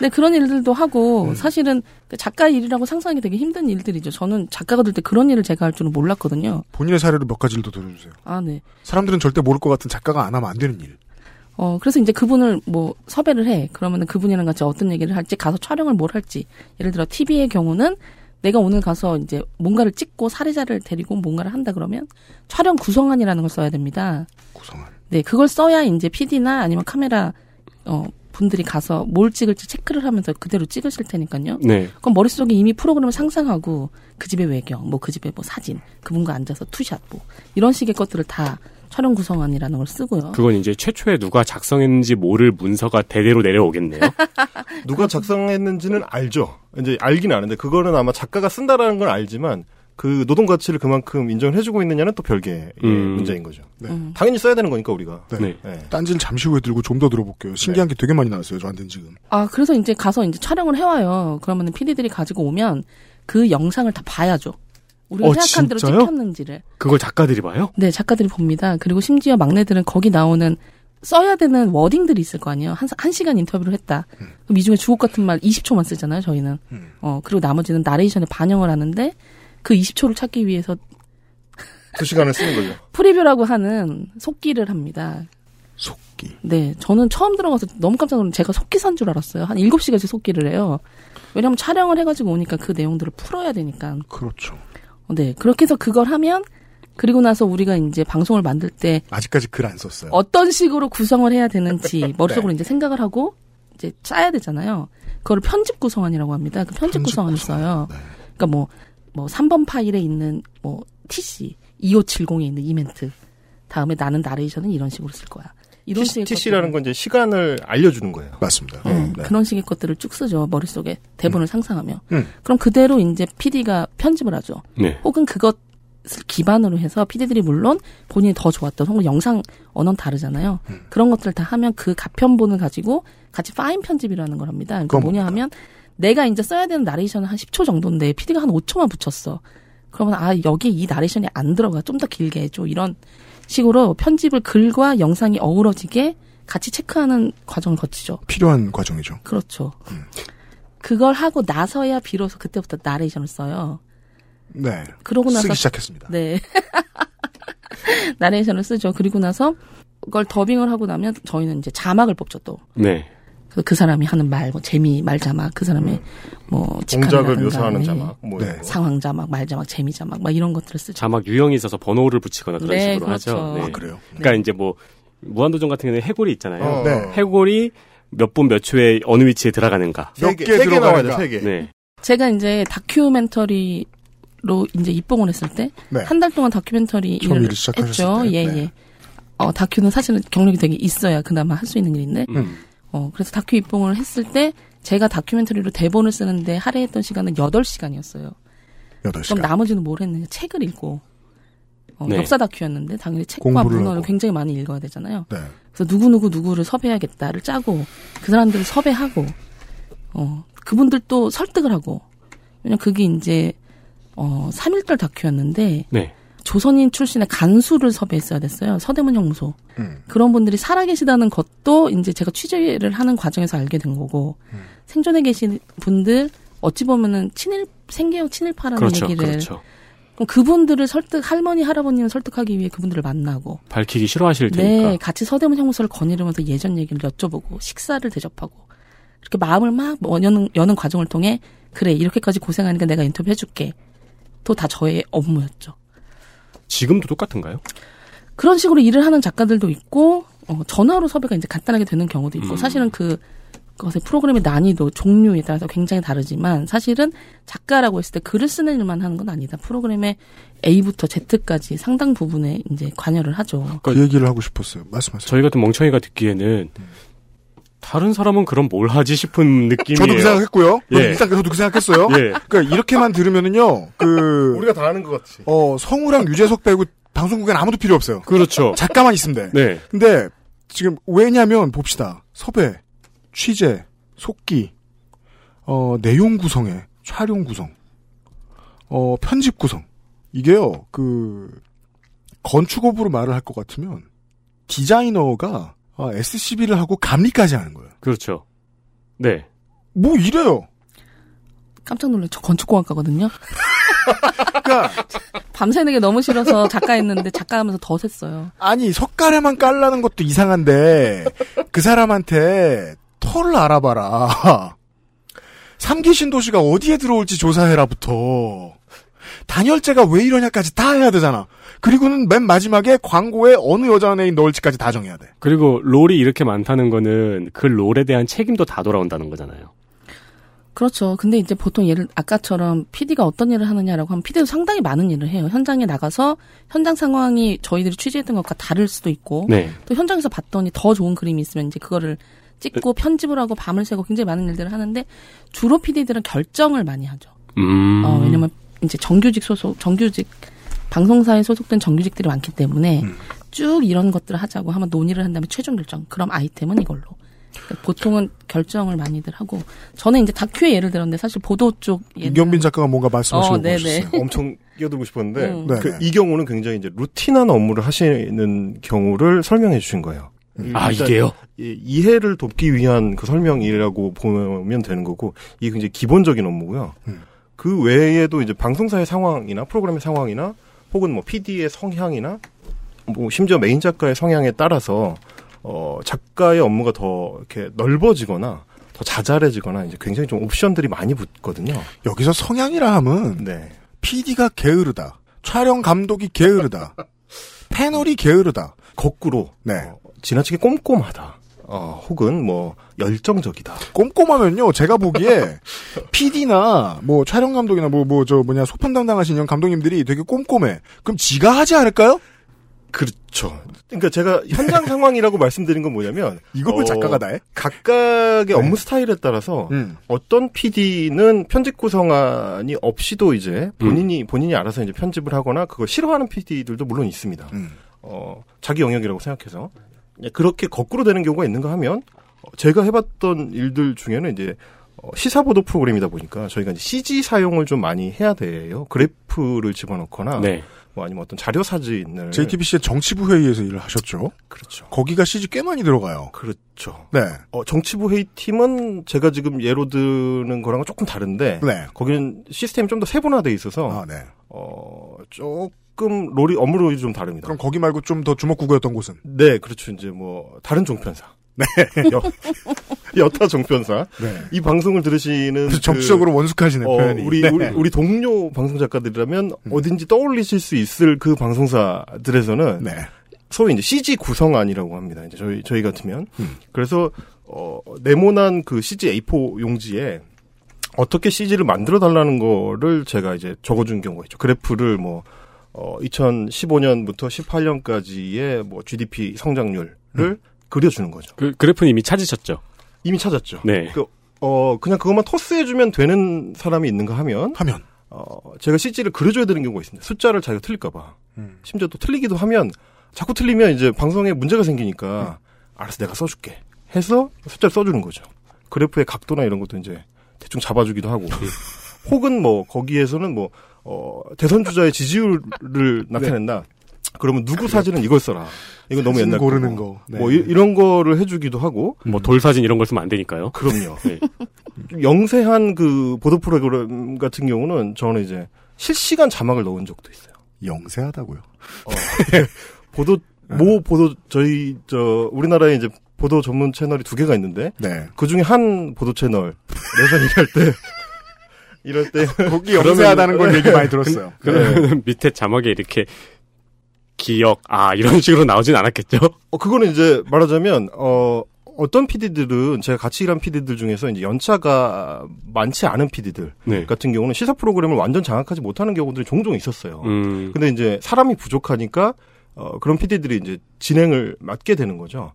Speaker 10: 네, 그런 일들도 하고, 사실은 그 작가 일이라고 상상하기 되게 힘든 일들이죠. 저는 작가가 될 때 그런 일을 제가 할 줄은 몰랐거든요.
Speaker 2: 본인의 사례로 몇 가지를 더 들어주세요.
Speaker 10: 아, 네.
Speaker 2: 사람들은 절대 모를 것 같은 작가가 안 하면 안 되는 일.
Speaker 10: 어, 그래서 이제 그분을 뭐 섭외를 해. 그러면은 그분이랑 같이 어떤 얘기를 할지, 가서 촬영을 뭘 할지. 예를 들어 TV의 경우는 내가 오늘 가서 이제 뭔가를 찍고 사례자를 데리고 뭔가를 한다 그러면 촬영 구성안이라는 걸 써야 됩니다. 구성안. 네, 그걸 써야 이제 PD나 아니면 카메라 어 분들이 가서 뭘 찍을지 체크를 하면서 그대로 찍으실 테니까요.
Speaker 3: 네.
Speaker 10: 그럼 머릿속에 이미 프로그램을 상상하고 그 집의 외경, 뭐 그 집의 뭐 사진, 그분과 앉아서 투샷 뭐 이런 식의 것들을 다 촬영 구성안이라는 걸 쓰고요.
Speaker 3: 그건 이제 최초에 누가 작성했는지 모를 문서가 대대로 [laughs] 내려오겠네요.
Speaker 11: 누가 작성했는지는 알죠. 이제 알긴 아는데 그거는 아마 작가가 쓴다라는 건 알지만 그 노동 가치를 그만큼 인정을 해주고 있느냐는 또 별개의
Speaker 2: 음.
Speaker 11: 문제인 거죠.
Speaker 2: 네.
Speaker 11: 당연히 써야 되는 거니까 우리가. 예.
Speaker 2: 네. 딴지를 잠시 후에 들고 좀 더 들어볼게요. 신기한
Speaker 10: 네.
Speaker 2: 게 되게 많이 나왔어요, 저한테는 지금.
Speaker 10: 아, 그래서 이제 가서 이제 촬영을 해와요. 그러면은 PD들이 가지고 오면 그 영상을 다 봐야죠. 우리가
Speaker 3: 어,
Speaker 10: 생각한 대로
Speaker 3: 진짜요?
Speaker 10: 찍혔는지를.
Speaker 3: 그걸 작가들이 봐요?
Speaker 10: 네, 작가들이 봅니다. 그리고 심지어 막내들은 거기 나오는 써야 되는 워딩들이 있을 거 아니에요. 한, 한 시간 인터뷰를 했다.
Speaker 3: 음.
Speaker 10: 그럼 이 중에 주옥 같은 말 20초만 쓰잖아요, 저희는. 어, 그리고 나머지는 나레이션에 반영을 하는데 그 20초를 찾기 위해서
Speaker 11: 두그 시간을 쓰는 거죠.
Speaker 10: 프리뷰라고 하는 속기를 합니다. 속기. 네, 저는 처음 들어가서 너무 깜짝 놀랐는데 제가 속기사인 줄 알았어요. 한 7시까지 속기를 해요. 왜냐면 촬영을 해가지고 오니까 그 내용들을 풀어야 되니까.
Speaker 2: 그렇죠.
Speaker 10: 네, 그렇게 해서 그걸 하면 그리고 나서 우리가 이제 방송을 만들 때
Speaker 2: 아직까지 글 안 썼어요.
Speaker 10: 어떤 식으로 구성을 해야 [laughs] 되는지 머릿속으로 이제 생각을 하고 이제 짜야 되잖아요. 그거를 편집 구성안이라고 합니다. 그 편집, 구성안을 써요. 그러니까 뭐, 뭐 3번 파일에 있는 뭐 TC, 2570에 있는 이멘트. 다음에 나는 나레이션은 이런 식으로 쓸 거야. 이런 식의
Speaker 11: TC라는 건 이제 시간을 알려주는 거예요.
Speaker 2: 맞습니다.
Speaker 10: 네, 그런 식의 것들을 쭉 쓰죠. 머릿속에 대본을 상상하며.
Speaker 2: 음.
Speaker 10: 그럼 그대로 이제 PD가 편집을 하죠.
Speaker 3: 네.
Speaker 10: 혹은 그것을 기반으로 해서 PD들이 물론 본인이 더 좋았던 혹은 영상 언어는 다르잖아요. 그런 것들을 다 하면 그 가편본을 가지고 같이 파인 편집이라는 걸 합니다. 그러니까
Speaker 12: 그건
Speaker 10: 뭐냐 하면 내가 이제 써야 되는 나레이션은 한 10초 정도인데 PD가 한 5초만 붙였어. 그러면 아 여기 이 나레이션이 안 들어가 좀 더 길게 해줘 이런 식으로 편집을 글과 영상이 어우러지게 같이 체크하는 과정을 거치죠.
Speaker 2: 필요한 과정이죠.
Speaker 10: 그렇죠. 그걸 하고 나서야 비로소 그때부터 나레이션을 써요.
Speaker 2: 네.
Speaker 10: 그러고 나서
Speaker 2: 쓰기 시작했습니다.
Speaker 10: 네. [laughs] 나레이션을 쓰죠. 그리고 나서 그걸 더빙을 하고 나면 저희는 이제 자막을 뽑죠 또.
Speaker 3: 네.
Speaker 10: 그래서 그 사람이 하는 말, 뭐 재미 말 자막, 그 사람의 뭐 직함이라든가,
Speaker 11: 동작을 음. 묘사하는
Speaker 10: 네.
Speaker 11: 자막, 뭐 이런 거.
Speaker 10: 상황 자막, 말 자막, 재미 자막, 막 이런 것들을 쓰죠.
Speaker 3: 자막 유형이 있어서 번호를 붙이거나 그런
Speaker 10: 네,
Speaker 3: 식으로
Speaker 10: 그렇죠.
Speaker 3: 하죠.
Speaker 10: 아, 그래요?
Speaker 3: 그러니까 이제 뭐 무한도전 같은 경우는 해골이 있잖아요.
Speaker 11: 어. 네.
Speaker 3: 해골이 몇 분 몇 초에 어느 위치에 들어가는가.
Speaker 11: 세 몇 개, 개세 들어가는가. 개 나와야 돼, 세 개.
Speaker 3: 네.
Speaker 10: 제가 이제 다큐멘터리로 이제 입봉을 했을 때 한
Speaker 3: 네.
Speaker 10: 달 동안 다큐멘터리
Speaker 3: 처음
Speaker 10: 일을
Speaker 3: 일을 시작하셨을
Speaker 10: 했죠.
Speaker 3: 때.
Speaker 10: 예,
Speaker 3: 네.
Speaker 10: 예. 어, 다큐는 사실은 경력이 되게 있어야 그나마 할 수 있는 일인데
Speaker 3: 음.
Speaker 10: 어, 그래서 다큐 입봉을 했을 때 제가 다큐멘터리로 대본을 쓰는데 할애했던 시간은 8시간이었어요. 그럼 나머지는 뭘 했느냐? 책을 읽고 어,
Speaker 12: 네.
Speaker 10: 역사 다큐였는데 당연히 책과
Speaker 12: 공부를
Speaker 10: 문헌을
Speaker 12: 하고.
Speaker 10: 굉장히 많이 읽어야 되잖아요.
Speaker 2: 네.
Speaker 10: 그래서 누구 누구 누구를 섭외해야겠다를 짜고 그 사람들을 섭외하고 어, 그분들 또 설득을 하고 왜냐 면 그게 이제 어 3일절 다큐였는데
Speaker 3: 네.
Speaker 10: 조선인 출신의 간수를 섭외했어야 됐어요. 서대문 형무소.
Speaker 2: 음.
Speaker 10: 그런 분들이 살아계시다는 것도 이제 제가 취재를 하는 과정에서 알게 된 거고
Speaker 3: 음.
Speaker 10: 생존에 계신 분들 어찌 보면은 친일 생계형 친일파라는
Speaker 3: 그렇죠,
Speaker 10: 얘기를
Speaker 3: 그렇죠.
Speaker 10: 그럼 그분들을 설득 할머니 할아버님을 설득하기 위해 그분들을 만나고
Speaker 3: 밝히기 싫어하실 테니까.
Speaker 10: 네 같이 서대문 형무소를 거니르면서 예전 얘기를 여쭤보고 식사를 대접하고 이렇게 마음을 막뭐 여는, 여는 과정을 통해 그래 이렇게까지 고생하니까 내가 인터뷰해줄게 또 다 저의 업무였죠.
Speaker 3: 지금도 똑같은가요?
Speaker 10: 그런 식으로 일을 하는 작가들도 있고 어, 전화로 섭외가 이제 간단하게 되는 경우도 있고
Speaker 12: 음.
Speaker 10: 사실은 그 것의 프로그램의 난이도 종류에 따라서 굉장히 다르지만 사실은 작가라고 했을 때 글을 쓰는 일만 하는 건 아니다. 프로그램의 A부터 Z까지 상당 부분에 이제 관여를 하죠.
Speaker 2: 그 얘기를 하고 싶었어요. 말씀하세요.
Speaker 3: 저희 같은 멍청이가 듣기에는 다른 사람은 그럼 뭘 하지 싶은 느낌이에요.
Speaker 2: 저도 그 생각했고요.
Speaker 3: 예.
Speaker 2: 일단 저도 그 생각했어요.
Speaker 3: 예.
Speaker 2: 그러니까 이렇게만 들으면은요, 그
Speaker 11: 우리가 다 아는 것 같지.
Speaker 2: 어 성우랑 유재석 빼고 방송국엔 아무도 필요 없어요.
Speaker 3: 그렇죠.
Speaker 2: 작가만 있으면 돼.
Speaker 3: 네.
Speaker 2: 근데 지금 왜냐면 봅시다. 섭외, 취재, 속기, 어 내용 구성에 촬영 구성, 어 편집 구성 이게요 그 건축업으로 말을 할 것 같으면 디자이너가 아, SCB를 하고 감리까지 하는 거예요.
Speaker 3: 그렇죠. 네.
Speaker 2: 뭐 이래요.
Speaker 10: 깜짝 놀래. 저 건축공학과거든요. [laughs] 밤새는 게 너무 싫어서 작가했는데 작가하면서 더 샜어요.
Speaker 2: 아니 석가래만 깔라는 것도 이상한데 그 사람한테 털을 알아봐라. 삼기신 도시가 어디에 들어올지 조사해라부터 단열재가 왜 이러냐까지 다 해야 되잖아. 그리고는 맨 마지막에 광고에 어느 여자 연예인 넣을지까지 다 정해야 돼.
Speaker 3: 그리고 롤이 이렇게 많다는 거는 그 롤에 대한 책임도 다 돌아온다는 거잖아요.
Speaker 10: 그렇죠. 근데 이제 보통 예를 아까처럼 PD가 어떤 일을 하느냐라고 하면 PD도 상당히 많은 일을 해요. 현장에 나가서 현장 상황이 저희들이 취재했던 것과 다를 수도 있고
Speaker 3: 네.
Speaker 10: 또 현장에서 봤더니 더 좋은 그림이 있으면 이제 그거를 찍고 편집을 하고 밤을 새고 굉장히 많은 일들을 하는데 주로 PD들은 결정을 많이 하죠.
Speaker 3: 음.
Speaker 10: 어, 왜냐면 이제 정규직 소속, 정규직 방송사에 소속된 정규직들이 많기 때문에
Speaker 3: 음.
Speaker 10: 쭉 이런 것들을 하자고 하면 논의를 한 다음에 최종 결정. 그럼 아이템은 이걸로. 그러니까 보통은 결정을 많이들 하고 저는 이제 다큐에 예를 들었는데 사실 보도 쪽 예.
Speaker 2: 이경빈 작가가 뭔가 말씀하시고
Speaker 10: 어, 네네.
Speaker 2: 있어요.
Speaker 11: 엄청 끼어들고 싶었는데
Speaker 10: 음.
Speaker 2: 네,
Speaker 11: 그
Speaker 2: 네.
Speaker 11: 이 경우는 굉장히 이제 루틴한 업무를 하시는 경우를 설명해 주신 거예요.
Speaker 3: 아,
Speaker 11: 일단
Speaker 3: 이게요?
Speaker 11: 이- 이해를 돕기 위한 그 설명이라고 보면 되는 거고 이게 굉장히 기본적인 업무고요. 그 외에도 이제 방송사의 상황이나 프로그램의 상황이나 혹은 뭐 PD의 성향이나 뭐 심지어 메인 작가의 성향에 따라서 어 작가의 업무가 더 이렇게 넓어지거나 더 자잘해지거나 이제 굉장히 좀 옵션들이 많이 붙거든요. 네.
Speaker 2: 여기서 성향이라 함은 PD가 게으르다. 촬영 감독이 게으르다. 패널이 게으르다. 네.
Speaker 11: 거꾸로 네. 지나치게 꼼꼼하다. 어, 혹은 뭐 열정적이다.
Speaker 2: 꼼꼼하면요, 제가 보기에 [laughs] PD나 뭐 촬영 감독이나 뭐 뭐 저 뭐냐 소품 담당하시는 감독님들이 되게 꼼꼼해. 그럼 지가 하지 않을까요?
Speaker 11: 그렇죠. 그러니까 제가 [laughs] 현장 상황이라고 말씀드린 건 뭐냐면
Speaker 2: 이걸 작가가 음, 다해?
Speaker 11: 각각의 업무 스타일에 따라서 어떤 PD는 편집 구성안이 없이도 이제 본인이 본인이 알아서 이제 편집을 하거나 그걸 싫어하는 PD들도 물론 있습니다.
Speaker 2: 음.
Speaker 11: 어, 자기 영역이라고 생각해서 예, 그렇게 거꾸로 되는 경우가 있는가 하면 어, 제가 해봤던 일들 중에는 이제 어, 시사보도 프로그램이다 보니까 저희가 이제 CG 사용을 좀 많이 해야 돼요. 그래프를 집어넣거나
Speaker 2: 네.
Speaker 3: 네.
Speaker 11: 뭐 아니면 어떤 자료 사진을
Speaker 2: JTBC의 정치부 회의에서 일을 하셨죠.
Speaker 11: 그렇죠.
Speaker 2: 거기가 CG 꽤 많이 들어가요.
Speaker 11: 그렇죠.
Speaker 2: 네.
Speaker 11: 어, 정치부 회의 팀은 제가 지금 예로 드는 거랑은 조금 다른데
Speaker 2: 네. 아,
Speaker 11: 거기는 시스템이 좀 더 세분화돼 있어서 어, 조금 롤이 업무롤이 좀 다릅니다.
Speaker 2: 그럼 거기 말고 좀 더 주먹구구였던 곳은?
Speaker 11: 네, 그렇죠. 이제 뭐 다른 종편사.
Speaker 2: 네.
Speaker 11: [laughs] 여, 여타 종편사.
Speaker 2: 네.
Speaker 11: 이 방송을 들으시는 그-
Speaker 2: 정치적으로 원숙하시네,
Speaker 11: 어,
Speaker 2: 표현이.
Speaker 11: 우리,
Speaker 2: 네. 음.
Speaker 11: 우리 우리 동료 방송 작가들이라면 어딘지 떠올리실 수 있을 그 방송사들에서는
Speaker 2: 네.
Speaker 11: 소위 이제 CG 구성안이라고 합니다. 이제 저희 저희 같으면 그래서 어, 네모난 그 CG A4 용지에 어떻게 CG를 만들어 달라는 거를 제가 이제 적어준 경우가 있죠. 그래프를 뭐 어, 2015년부터 18년까지의 뭐 GDP 성장률을 그려주는 거죠.
Speaker 3: 그 그래프는 이미 찾으셨죠?
Speaker 11: 이미 찾았죠.
Speaker 3: 네.
Speaker 11: 그, 어, 그냥 그것만 토스해주면 되는 사람이 있는가 하면.
Speaker 2: 하면.
Speaker 11: 어, 제가 CG를 그려줘야 되는 경우가 있습니다. 숫자를 자기가 틀릴까봐.
Speaker 2: 음.
Speaker 11: 심지어 또 틀리기도 하면, 자꾸 틀리면 이제 방송에 문제가 생기니까,
Speaker 2: 음.
Speaker 11: 알아서 내가 써줄게. 해서 숫자를 써주는 거죠. 그래프의 각도나 이런 것도 이제 대충 잡아주기도 하고.
Speaker 2: 음.
Speaker 11: 혹은 뭐, 거기에서는 뭐, 어, 대선 주자의 지지율을
Speaker 2: 네.
Speaker 11: 나타낸다. 그러면 누구 사진은 이걸 써라. 이건 너무
Speaker 2: 그렇죠. 사진
Speaker 11: 옛날
Speaker 2: 고르는
Speaker 11: 거고.
Speaker 2: 거. 네.
Speaker 11: 뭐 이- 이런 거를 해주기도 하고
Speaker 3: 뭐 돌사진 이런 걸 쓰면 안 되니까요. [laughs]
Speaker 11: 그럼요.
Speaker 3: 네.
Speaker 11: 영세한 그 보도 프로그램 같은 경우는 저는 이제 실시간 자막을 넣은 적도 있어요. [laughs]
Speaker 2: 영세하다고요?
Speaker 11: 보도
Speaker 3: 네.
Speaker 11: 모 보도 저희 저 우리나라에 이제 보도 전문 채널이 두 개가 있는데
Speaker 2: 네.
Speaker 11: 그 중에 한 보도 채널 내선 일할 때 [laughs] 이럴 때 네.
Speaker 2: 거기 영세하다는 걸 얘기 많이 들었어요.
Speaker 3: 아, 그러면 [laughs] 밑에 자막에 이렇게 기억 아 이런 [laughs] 식으로 나오진 않았겠죠?
Speaker 11: 어, 그거는 이제 말하자면, 어, 어떤 PD들은 제가 같이 일한 PD들 중에서 이제 연차가 많지 않은 PD들
Speaker 3: 네.
Speaker 11: 같은 경우는 시사 프로그램을 완전 장악하지 못하는 경우들이 종종 있었어요.
Speaker 3: 음.
Speaker 11: 근데 이제 사람이 부족하니까 어, 그런 PD들이 이제 진행을 맡게 되는 거죠.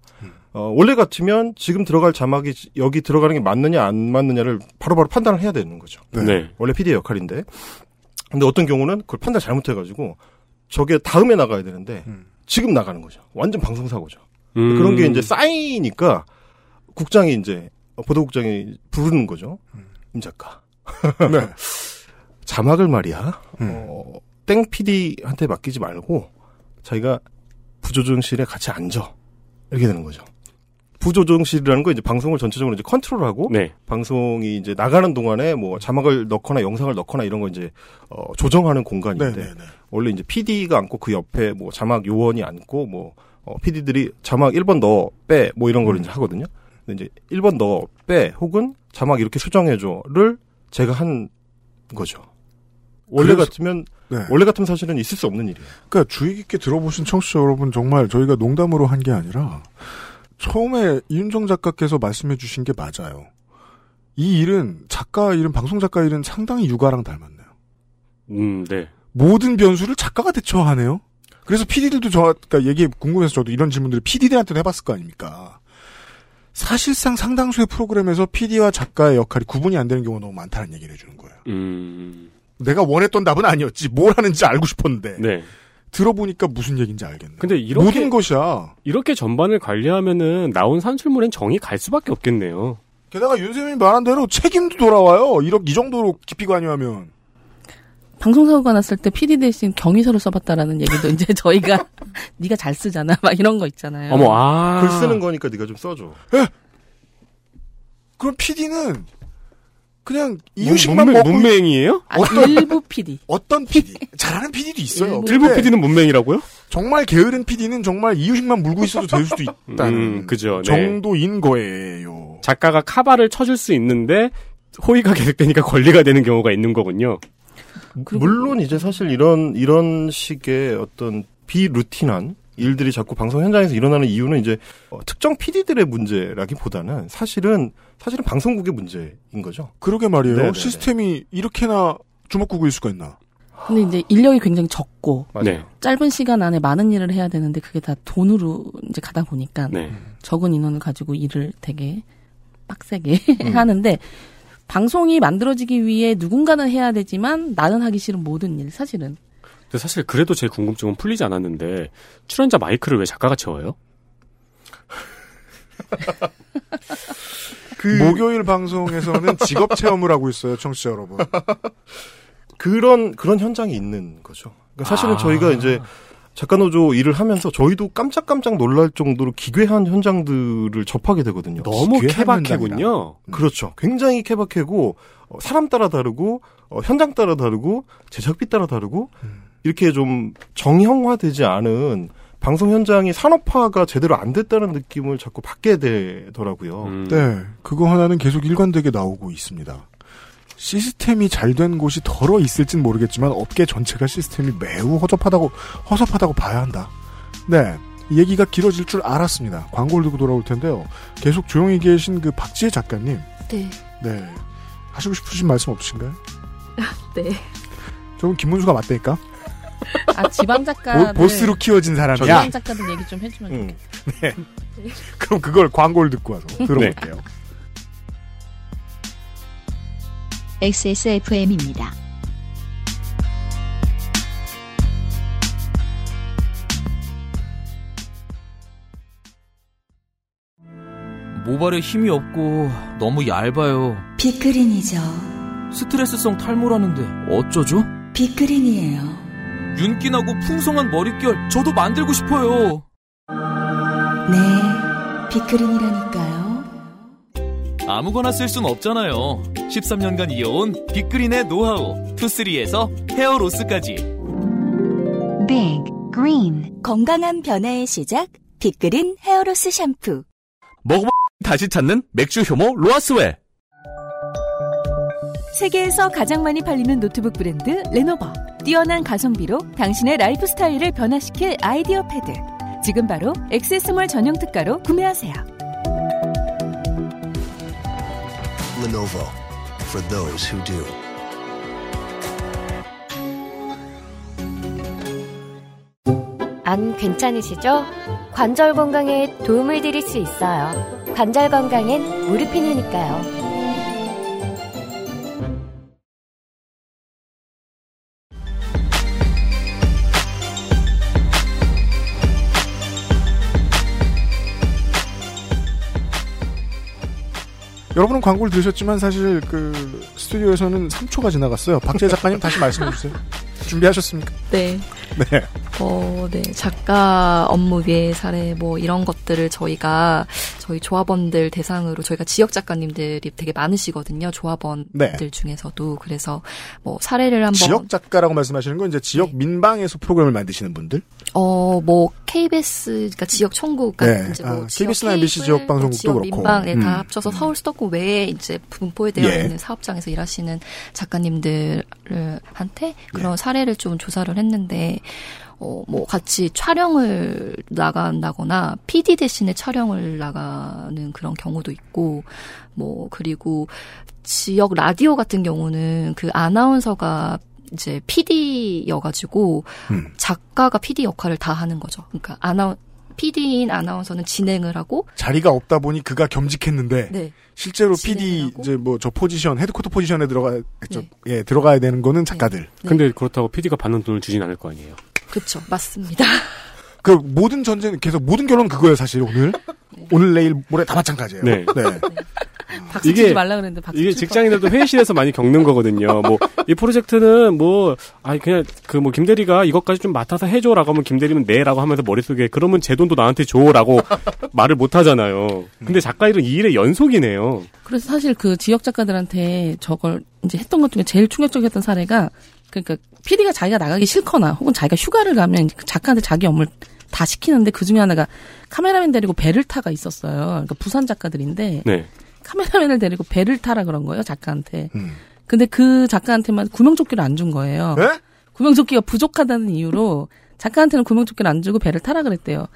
Speaker 11: 어, 원래 같으면 지금 들어갈 자막이 지- 여기 들어가는 게 맞느냐 안 맞느냐를 바로바로 판단을 해야 되는 거죠.
Speaker 3: 네. 네.
Speaker 11: 원래 PD의 역할인데. 근데 어떤 경우는 그걸 판단 잘못해가지고 저게 다음에 나가야 되는데 지금 나가는 거죠. 완전 방송사고죠.
Speaker 3: 음.
Speaker 11: 그런 게 이제 쌓이니까 국장이 이제 어, 보도국장이 부르는 거죠.
Speaker 3: 음.
Speaker 11: 임 작가.
Speaker 3: 네.
Speaker 11: [laughs] 자막을 말이야.
Speaker 3: 음.
Speaker 11: 어, 땡 PD한테 맡기지 말고 자기가 부조정실에 같이 앉아 이렇게 되는 거죠. 부조정실이라는 건 이제 방송을 전체적으로 이제 컨트롤하고
Speaker 3: 네.
Speaker 11: 방송이 이제 나가는 동안에 뭐 자막을 넣거나 영상을 넣거나 이런 거 이제 어,
Speaker 2: 네,
Speaker 11: 조정하는
Speaker 3: 네,
Speaker 11: 공간인데 원래 이제 PD가 앉고 그 옆에 뭐 자막 요원이 앉고 뭐 어, PD들이 자막 1번 넣어 빼 뭐 이런 걸
Speaker 2: 음.
Speaker 11: 이제 하거든요. 근데 이제 1번 넣어 빼 혹은 자막 이렇게 수정해줘를 제가 한 거죠. 원래
Speaker 2: 그래서-
Speaker 11: 같으면
Speaker 2: 네.
Speaker 11: 원래 같으면 사실은 있을 수 없는 일이에요.
Speaker 2: 그러니까 주의 깊게 들어보신 청취자 여러분 정말 저희가 농담으로 한 게 아니라 처음에 이윤정 작가께서 말씀해 주신 게 맞아요. 이 일은 작가 일은 방송 작가 일은 상당히 육아랑 닮았네요.
Speaker 3: 음, 네.
Speaker 2: 모든 변수를 작가가 대처하네요. 그래서 PD들도 저 그러니까 얘기 궁금해서 저도 이런 질문들을 PD들한테도 해봤을 거 아닙니까. 사실상 상당수의 프로그램에서 PD와 작가의 역할이 구분이 안 되는 경우가 너무 많다는 얘기를 해주는 거예요.
Speaker 3: 음.
Speaker 2: 내가 원했던 답은 아니었지. 뭘 하는지 알고 싶었는데
Speaker 3: 네.
Speaker 2: 들어보니까 무슨 얘기인지 알겠네.
Speaker 3: 근데 이렇게
Speaker 2: 모든 것이야.
Speaker 3: 이렇게 전반을 관리하면은 나온 산술물엔 정이 갈 수밖에 없겠네요.
Speaker 2: 게다가 윤세민이 말한 대로 책임도 돌아와요. 이렇게 이 정도로 깊이 관여하면
Speaker 10: 방송사고가 났을 때 PD 대신 경위서를 써봤다라는 얘기도 [laughs] 이제 저희가 네가 잘 쓰잖아 막 이런 거 있잖아요.
Speaker 3: 어머, 아.
Speaker 11: 글 쓰는 거니까 네가 좀 써줘.
Speaker 2: 그럼 PD는 그냥
Speaker 3: 이유식만
Speaker 2: 문맹- 먹고
Speaker 3: 문맹이에요?
Speaker 10: 아니, 일부 PD.
Speaker 2: 어떤 PD 잘하는 PD도 있어요.
Speaker 3: 일부
Speaker 11: 네.
Speaker 2: 근데
Speaker 3: PD는 문맹이라고요?
Speaker 2: 정말 게으른 PD는 정말 이유식만 물고 있어도 될 수도 있다는
Speaker 3: 음, 그죠. 네.
Speaker 2: 정도인 거예요.
Speaker 3: 작가가 카바를 쳐줄 수 있는데 호의가 계속되니까 [laughs] 권리가 되는 경우가 있는 거군요.
Speaker 11: 물론 이제 사실 이런 이런 식의 어떤 비루틴한 일들이 자꾸 방송 현장에서 일어나는 이유는 이제 어, 특정 PD들의 문제라기보다는 사실은 사실은 방송국의 문제인 거죠.
Speaker 2: 그러게 말이에요.
Speaker 11: 네네네.
Speaker 2: 시스템이 이렇게나 주먹구구일 수가 있나?
Speaker 10: 근데 이제 인력이 굉장히 적고
Speaker 11: 맞아요. 네.
Speaker 10: 짧은 시간 안에 많은 일을 해야 되는데 그게 다 돈으로 이제 가다 보니까
Speaker 3: 네.
Speaker 10: 적은 인원을 가지고 일을 되게 빡세게 [laughs] 하는데 방송이 만들어지기 위해 누군가는 해야 되지만 나는 하기 싫은 모든 일 사실은
Speaker 3: 근데 사실 그래도 제 궁금증은 풀리지 않았는데 출연자 마이크를 왜 작가가 채워요? 음.
Speaker 2: 그
Speaker 11: 뭐
Speaker 2: 목요일 방송에서는 직업 체험을 하고 있어요, 청취자 여러분.
Speaker 11: 그런 그런 현장이 있는 거죠. 그러니까 사실은
Speaker 2: 아.
Speaker 11: 저희가 이제 작가 노조 일을 하면서 저희도 깜짝깜짝 놀랄 정도로 기괴한 현장들을 접하게 되거든요.
Speaker 3: 너무 케바케군요.
Speaker 11: 그렇죠. 굉장히 케바케고 어, 사람 따라 다르고 어, 현장 따라 다르고 제작비 따라 다르고 이렇게 좀 정형화되지 않은 방송 현장이 산업화가 제대로 안 됐다는 느낌을 자꾸 받게 되더라고요.
Speaker 3: 음.
Speaker 2: 네, 그거 하나는 계속 일관되게 나오고 있습니다. 시스템이 잘 된 곳이 덜어 있을진 모르겠지만 업계 전체가 시스템이 매우 허접하다고 허접하다고 봐야 한다. 네, 얘기가 길어질 줄 알았습니다. 광고를 듣고 돌아올 텐데요. 계속 조용히 계신 그 박지혜 작가님,
Speaker 12: 네.
Speaker 2: 네 하시고 싶으신 말씀 없으신가요?
Speaker 12: [laughs] 네.
Speaker 2: 저는 김문수가 맞다니까.
Speaker 10: 아 지방
Speaker 2: 보,
Speaker 12: 네.
Speaker 10: 작가를
Speaker 2: 보스로 키워진 사람이야.
Speaker 10: 지방 작가들 얘기 좀 해주면
Speaker 2: 음. 네. 그럼 그걸 광고를 듣고
Speaker 12: [laughs]
Speaker 2: 와서
Speaker 12: 네.
Speaker 2: 들어볼게요.
Speaker 1: XSFM입니다.
Speaker 4: 모발에 힘이 없고 너무 얇아요.
Speaker 13: 빅그린이죠.
Speaker 4: 스트레스성 탈모라는데 어쩌죠?
Speaker 13: 빅그린이에요.
Speaker 4: 윤기나고 풍성한 머릿결 저도 만들고 싶어요.
Speaker 13: 네, 빅그린이라니까요.
Speaker 4: 아무거나 쓸 순 없잖아요. 13년간 이어온 빅그린의 노하우 투쓰리에서 헤어로스까지
Speaker 13: Big Green 건강한 변화의 시작 빅그린 헤어로스 샴푸
Speaker 7: 먹어봐 다시 찾는 맥주 효모 로아스웰.
Speaker 6: 세계에서 가장 많이 팔리는 노트북 브랜드 레노버. 뛰어난 가성비로 당신의 라이프 스타일을 변화시킬 아이디어 패드. 지금 바로 엑세스몰 전용 특가로 구매하세요.
Speaker 9: Lenovo. For those who do.
Speaker 14: 안 괜찮으시죠? 관절 건강에 도움을 드릴 수 있어요. 관절 건강엔 무릎핀이니까요.
Speaker 2: 여러분은 광고를 들으셨지만 사실 그 스튜디오에서는 3초가 지나갔어요. 박재 작가님 다시 말씀해 주세요. 준비하셨습니까?
Speaker 12: 네.
Speaker 2: 네.
Speaker 12: 어, 네. 작가 업무 외의 사례 뭐 이런 것들을 저희가 저희 조합원들 대상으로 저희가 지역 작가님들이 되게 많으시거든요. 조합원들
Speaker 2: 네.
Speaker 12: 중에서도 그래서 뭐 사례를 한번 네.
Speaker 2: 지역 작가라고 말씀하시는 건 이제 지역 민방에서 프로그램을 만드시는 분들.
Speaker 12: 어, 뭐, KBS, 그러니까 지역 천국 같은
Speaker 2: 네.
Speaker 12: 이제 뭐
Speaker 2: 아,
Speaker 12: 지역
Speaker 2: KBS나 MBC
Speaker 12: 케이블,
Speaker 2: 지역 방송국도
Speaker 12: 지역
Speaker 2: 그렇고.
Speaker 12: 민방, 네,
Speaker 2: 음.
Speaker 12: 다 합쳐서 서울 수도권 외에 이제 분포되어
Speaker 2: 예.
Speaker 12: 있는 사업장에서 일하시는 작가님들한테
Speaker 2: 예.
Speaker 12: 그런 사례를 좀 조사를 했는데, 어, 뭐, 같이 촬영을 나간다거나, PD 대신에 촬영을 나가는 그런 경우도 있고, 뭐, 그리고 지역 라디오 같은 경우는 그 아나운서가 이제 PD여가지고,
Speaker 2: 음.
Speaker 12: 작가가 PD 역할을 다 하는 거죠. 그러니까 아나 PD인 아나운서는 진행을 하고
Speaker 2: 자리가 없다 보니 그가 겸직했는데
Speaker 12: 네.
Speaker 2: 실제로 PD 이제 뭐 저 포지션 헤드쿼터 포지션에 들어가 저-
Speaker 12: 네.
Speaker 2: 예 들어가야 되는 거는 작가들.
Speaker 3: 근데 그렇다고 PD가 받는 돈을 주진 않을 거 아니에요.
Speaker 12: 그렇죠. 맞습니다. [laughs]
Speaker 2: 그 모든 전쟁 계속 모든 결론 그거예요 사실
Speaker 12: [laughs]
Speaker 2: 오늘
Speaker 12: 네.
Speaker 2: 오늘 내일 모레 다 마찬가지예요.
Speaker 3: 네.
Speaker 10: 박수
Speaker 3: 이게-
Speaker 10: 치지 말라 그랬는데 박수
Speaker 3: 이게
Speaker 10: 칠
Speaker 3: 직장인들도 회의실에서 많이 겪는 거거든요. 뭐, 이 프로젝트는 뭐, 아니, 그냥, 그 뭐, 김대리가 이것까지 좀 맡아서 해줘라고 하면 김대리는 네라고 하면서 머릿속에, 그러면 제 돈도 나한테 줘라고 [laughs] 말을 못 하잖아요. 근데 작가 일은 이 일의 연속이네요.
Speaker 10: 그래서 사실 그 지역 작가들한테 저걸 이제 했던 것 중에 제일 충격적이었던 사례가 그러니까 PD가 자기가 나가기 싫거나 혹은 자기가 휴가를 가면 이제 그 작가한테 자기 업무를 다 시키는데 그 중에 하나가 카메라맨 데리고 배를 타가 있었어요. 그러니까 부산 작가들인데
Speaker 3: 네.
Speaker 10: 카메라맨을 데리고 배를 타라 그런 거예요 작가한테. 근데 그 작가한테만 구명조끼를 안 준 거예요. 구명조끼가 부족하다는 이유로 작가한테는 구명조끼를 안 주고 배를 타라 그랬대요.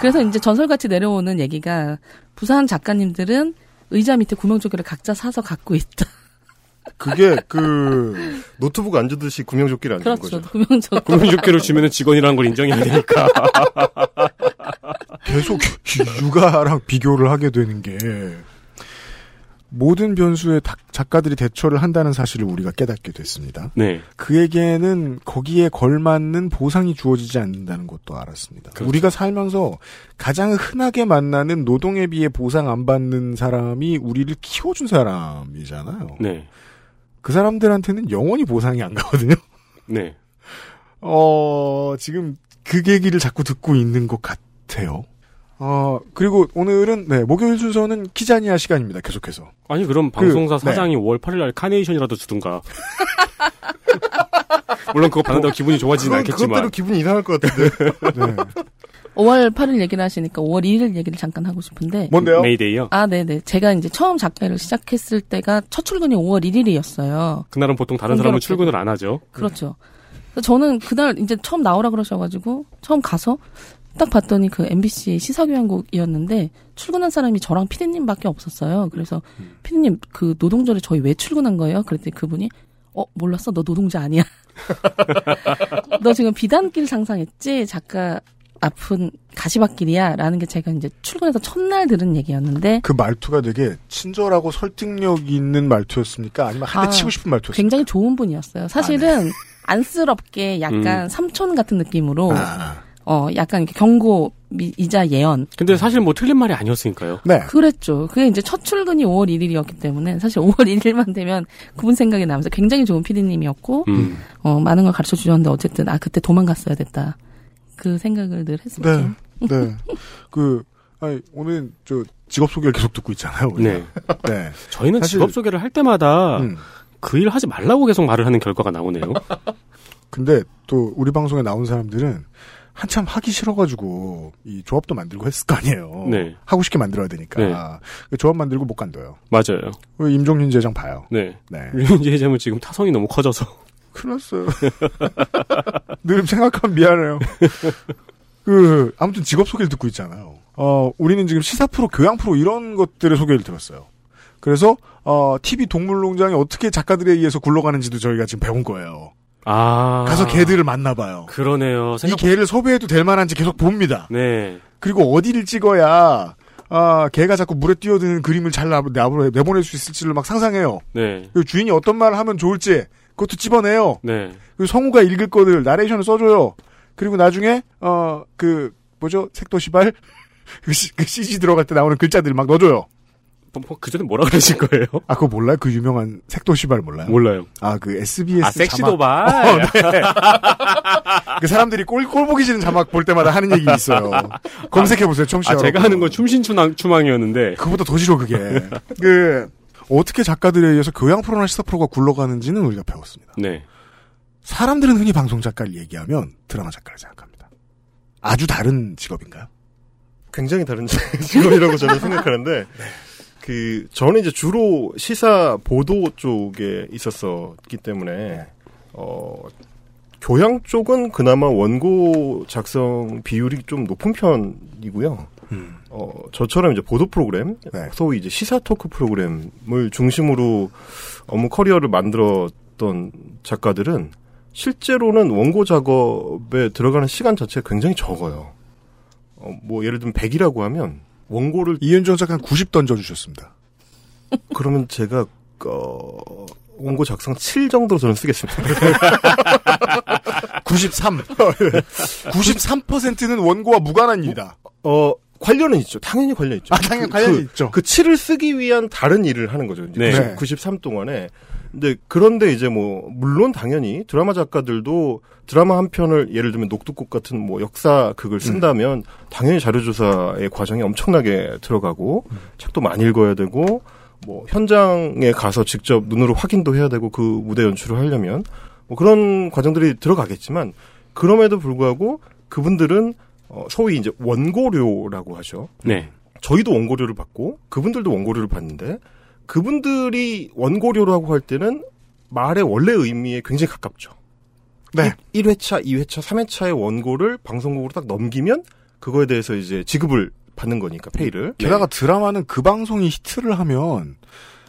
Speaker 10: 그래서 이제 전설같이 내려오는 얘기가 부산 작가님들은 의자 밑에 구명조끼를 각자 사서 갖고 있다.
Speaker 11: 그게 그 노트북 안 주듯이 구명조끼를 안 주는
Speaker 10: 그렇죠.
Speaker 11: 거죠.
Speaker 10: 구명조끼.
Speaker 3: 구명조끼를 주면은 직원이라는 걸 인정해야 되니까.
Speaker 2: 계속 육아랑 비교를 하게 되는 게 모든 변수에 다- 작가들이 대처를 한다는 사실을 우리가 깨닫게 됐습니다.
Speaker 3: 네.
Speaker 2: 그에게는 거기에 걸맞는 보상이 주어지지 않는다는 것도 알았습니다. 우리가 살면서 가장 흔하게 만나는 노동에 비해 보상 안 받는 사람이 우리를 키워준 사람이잖아요.
Speaker 3: 네.
Speaker 2: 그 사람들한테는 영원히 보상이 안 가거든요.
Speaker 3: 네.
Speaker 2: 어, 지금 그 얘기를 자꾸 듣고 있는 것 같아요. 어, 그리고 오늘은, 네, 목요일 순서는 키자니아 시간입니다. 계속해서.
Speaker 3: 아니 그럼
Speaker 2: 그,
Speaker 3: 방송사
Speaker 2: 네.
Speaker 3: 사장이 5월 8일 날 카네이션이라도 주든가. [laughs] 물론 그거 받는다고 기분이 좋아지진
Speaker 11: 그건
Speaker 3: 않겠지만.
Speaker 11: 그것대로 기분이 이상할
Speaker 2: [laughs]
Speaker 11: 것 같은데.
Speaker 2: 네.
Speaker 10: 5월 8일 얘기를 하시니까 5월 1일 얘기를 잠깐 하고 싶은데.
Speaker 3: 뭔데요? 메이데이요?
Speaker 10: 아, 네네. 제가 이제 처음 작가를 시작했을 때가 첫 출근이 5월 1일이었어요.
Speaker 3: 그날은 보통 다른 사람은
Speaker 10: 공교롭게도.
Speaker 3: 출근을 안 하죠.
Speaker 10: 그렇죠. 그래서 저는 그날 이제 처음 나오라 그러셔가지고 처음 가서 딱 봤더니 그 MBC 시사교양국이었는데 출근한 사람이 저랑 피디님밖에 없었어요. 그래서 피디님 그 노동절에 저희 왜 출근한 거예요? 그랬더니 그분이 어 몰랐어 너 노동자 아니야. [laughs] 너 지금 비단길 상상했지 작가 아픈 가시밭길이야라는 게 제가 이제 출근해서 첫날 들은 얘기였는데
Speaker 2: 그 말투가 되게 친절하고 설득력 있는 말투였습니까? 아니면 한 대
Speaker 10: 아,
Speaker 2: 치고 싶은 말투였습니까?
Speaker 10: 굉장히 좋은 분이었어요. 사실은 안쓰럽게 약간
Speaker 3: 음.
Speaker 10: 삼촌 같은 느낌으로 어 약간 이렇게 경고 미- 이자 예언.
Speaker 3: 근데 사실 뭐 틀린 말이 아니었으니까요.
Speaker 2: 네.
Speaker 10: 그랬죠. 그게 이제 첫 출근이 5월 1일이었기 때문에 사실 [laughs] 5월 1일만 되면 그분 생각이 나면서 굉장히 좋은 피디님이었고
Speaker 3: 음.
Speaker 10: 어 많은 걸 가르쳐 주셨는데 어쨌든 아 그때 도망갔어야 됐다. 그 생각을 늘 했습니다.
Speaker 2: 네. 네. 그, 아니, 오늘 저 직업 소개를 계속 듣고 있잖아요. 우리가.
Speaker 3: 네.
Speaker 2: 네. 아.
Speaker 3: 저희는
Speaker 2: 사실- 음.
Speaker 3: 직업 소개를 할 때마다 그 일 하지 말라고 계속 말을 하는 결과가 나오네요.
Speaker 2: 근데 또 우리 방송에 나온 사람들은 한참 하기 싫어가지고 이 조합도 만들고 했을 거 아니에요.
Speaker 3: 네.
Speaker 2: 하고 싶게 만들어야 되니까. 그 조합 만들고 못 간둬요.
Speaker 3: 맞아요.
Speaker 2: 우리 임종윤 재장 봐요.
Speaker 3: 네.
Speaker 2: 네.
Speaker 3: 윤지 회장은 지금 타성이 너무 커져서.
Speaker 2: 큰일 났어요. [laughs] 늘 생각하면 미안해요. [laughs] 그, 아무튼 직업 소개를 듣고 있잖아요. 어, 우리는 지금 시사 프로, 교양 프로 이런 것들의 소개를 들었어요. 그래서, 어, TV 동물농장이 어떻게 작가들에 의해서 굴러가는지도 저희가 지금 배운 거예요.
Speaker 3: 아.
Speaker 2: 가서 개들을 만나봐요.
Speaker 3: 그러네요.
Speaker 2: 이
Speaker 3: 생각
Speaker 2: 개를 섭외해도 될 만한지 계속 봅니다.
Speaker 3: 네.
Speaker 2: 그리고 어디를 찍어야, 아, 개가 자꾸 물에 뛰어드는 그림을 잘 나- 나- 내보낼 수 있을지를 막 상상해요.
Speaker 3: 네.
Speaker 2: 그리고 주인이 어떤 말을 하면 좋을지, 그것도 집어내요.
Speaker 3: 네.
Speaker 2: 그리고 성우가 읽을 거를 나레이션을 써줘요. 그리고 나중에 어 그 뭐죠 색도시발 [laughs] 그 시- 그 CG 들어갈 때 나오는 글자들 막 넣어줘요.
Speaker 3: 뭐, 뭐, 그 전에 뭐라 그러실 거예요?
Speaker 2: 아 그거 몰라요? 그 유명한 색도시발 몰라요?
Speaker 3: 몰라요.
Speaker 2: 아 그 SBS
Speaker 3: 아, 섹시도발.
Speaker 2: 자막. 어, 네. [laughs] 그 사람들이 꼴, 꼴 보기 싫은 자막 볼 때마다 하는 얘기 있어요. 검색해 보세요, 청취자.
Speaker 3: 아, 제가
Speaker 2: 여러분.
Speaker 3: 하는 건 춤신추망, 추망이었는데.
Speaker 2: 그보다 더 싫어
Speaker 3: [laughs]
Speaker 2: 그게. 그 어떻게 작가들에 의해서 교양 프로나 시사 프로가 굴러가는지는 우리가 배웠습니다.
Speaker 3: 네.
Speaker 2: 사람들은 흔히 방송 작가를 얘기하면 드라마 작가를 생각합니다. 아주 다른 직업인가요?
Speaker 11: 굉장히 다른 [laughs] 직업이라고 저는 생각하는데 그 저는 이제 주로 시사 보도 쪽에 있었었기 때문에 어 교양 쪽은 그나마 원고 작성 비율이 좀 높은 편이고요. 어 저처럼 이제 보도 프로그램, 소위 이제 시사 토크 프로그램을 중심으로 업무 커리어를 만들었던 작가들은 실제로는 원고 작업에 들어가는 시간 자체가 굉장히 적어요. 어, 뭐 예를 들면 100이라고 하면 원고를
Speaker 2: 이윤정 작가 한90 던져 주셨습니다.
Speaker 11: 그러면 제가 어, 원고 작성 7 정도로 저는 쓰겠습니다. [laughs]
Speaker 2: [laughs] 93. 93%는 예. 원고와 무관한 일이다.
Speaker 11: 어 관련은 있죠. 당연히 관련 있죠.
Speaker 2: 아, 당연히 관련이
Speaker 11: 그,
Speaker 2: 있죠.
Speaker 11: 그 7을 쓰기 위한 다른 일을 하는 거죠.
Speaker 2: 네.
Speaker 11: 이제 93 동안에. 근데 그런데 이제 뭐 물론 당연히 드라마 작가들도 드라마 한 편을 예를 들면 녹두꽃 같은 뭐 역사 극을 쓴다면
Speaker 2: 음.
Speaker 11: 당연히 자료 조사의 과정이 엄청나게 들어가고 책도 많이 읽어야 되고 뭐 현장에 가서 직접 눈으로 확인도 해야 되고 그 무대 연출을 하려면 뭐 그런 과정들이 들어가겠지만 그럼에도 불구하고 그분들은 어, 소위 이제 원고료라고 하죠.
Speaker 3: 네.
Speaker 11: 저희도 원고료를 받고 그분들도 원고료를 받는데 그분들이 원고료라고 할 때는 말의 원래 의미에 굉장히 가깝죠.
Speaker 2: 네.
Speaker 11: 1회차, 2회차, 3회차의 원고를 방송국으로 딱 넘기면 그거에 대해서
Speaker 2: 예.
Speaker 11: 이제 지급을 받는 거니까 페이를.
Speaker 2: 게다가 드라마는 그 방송이 히트를 하면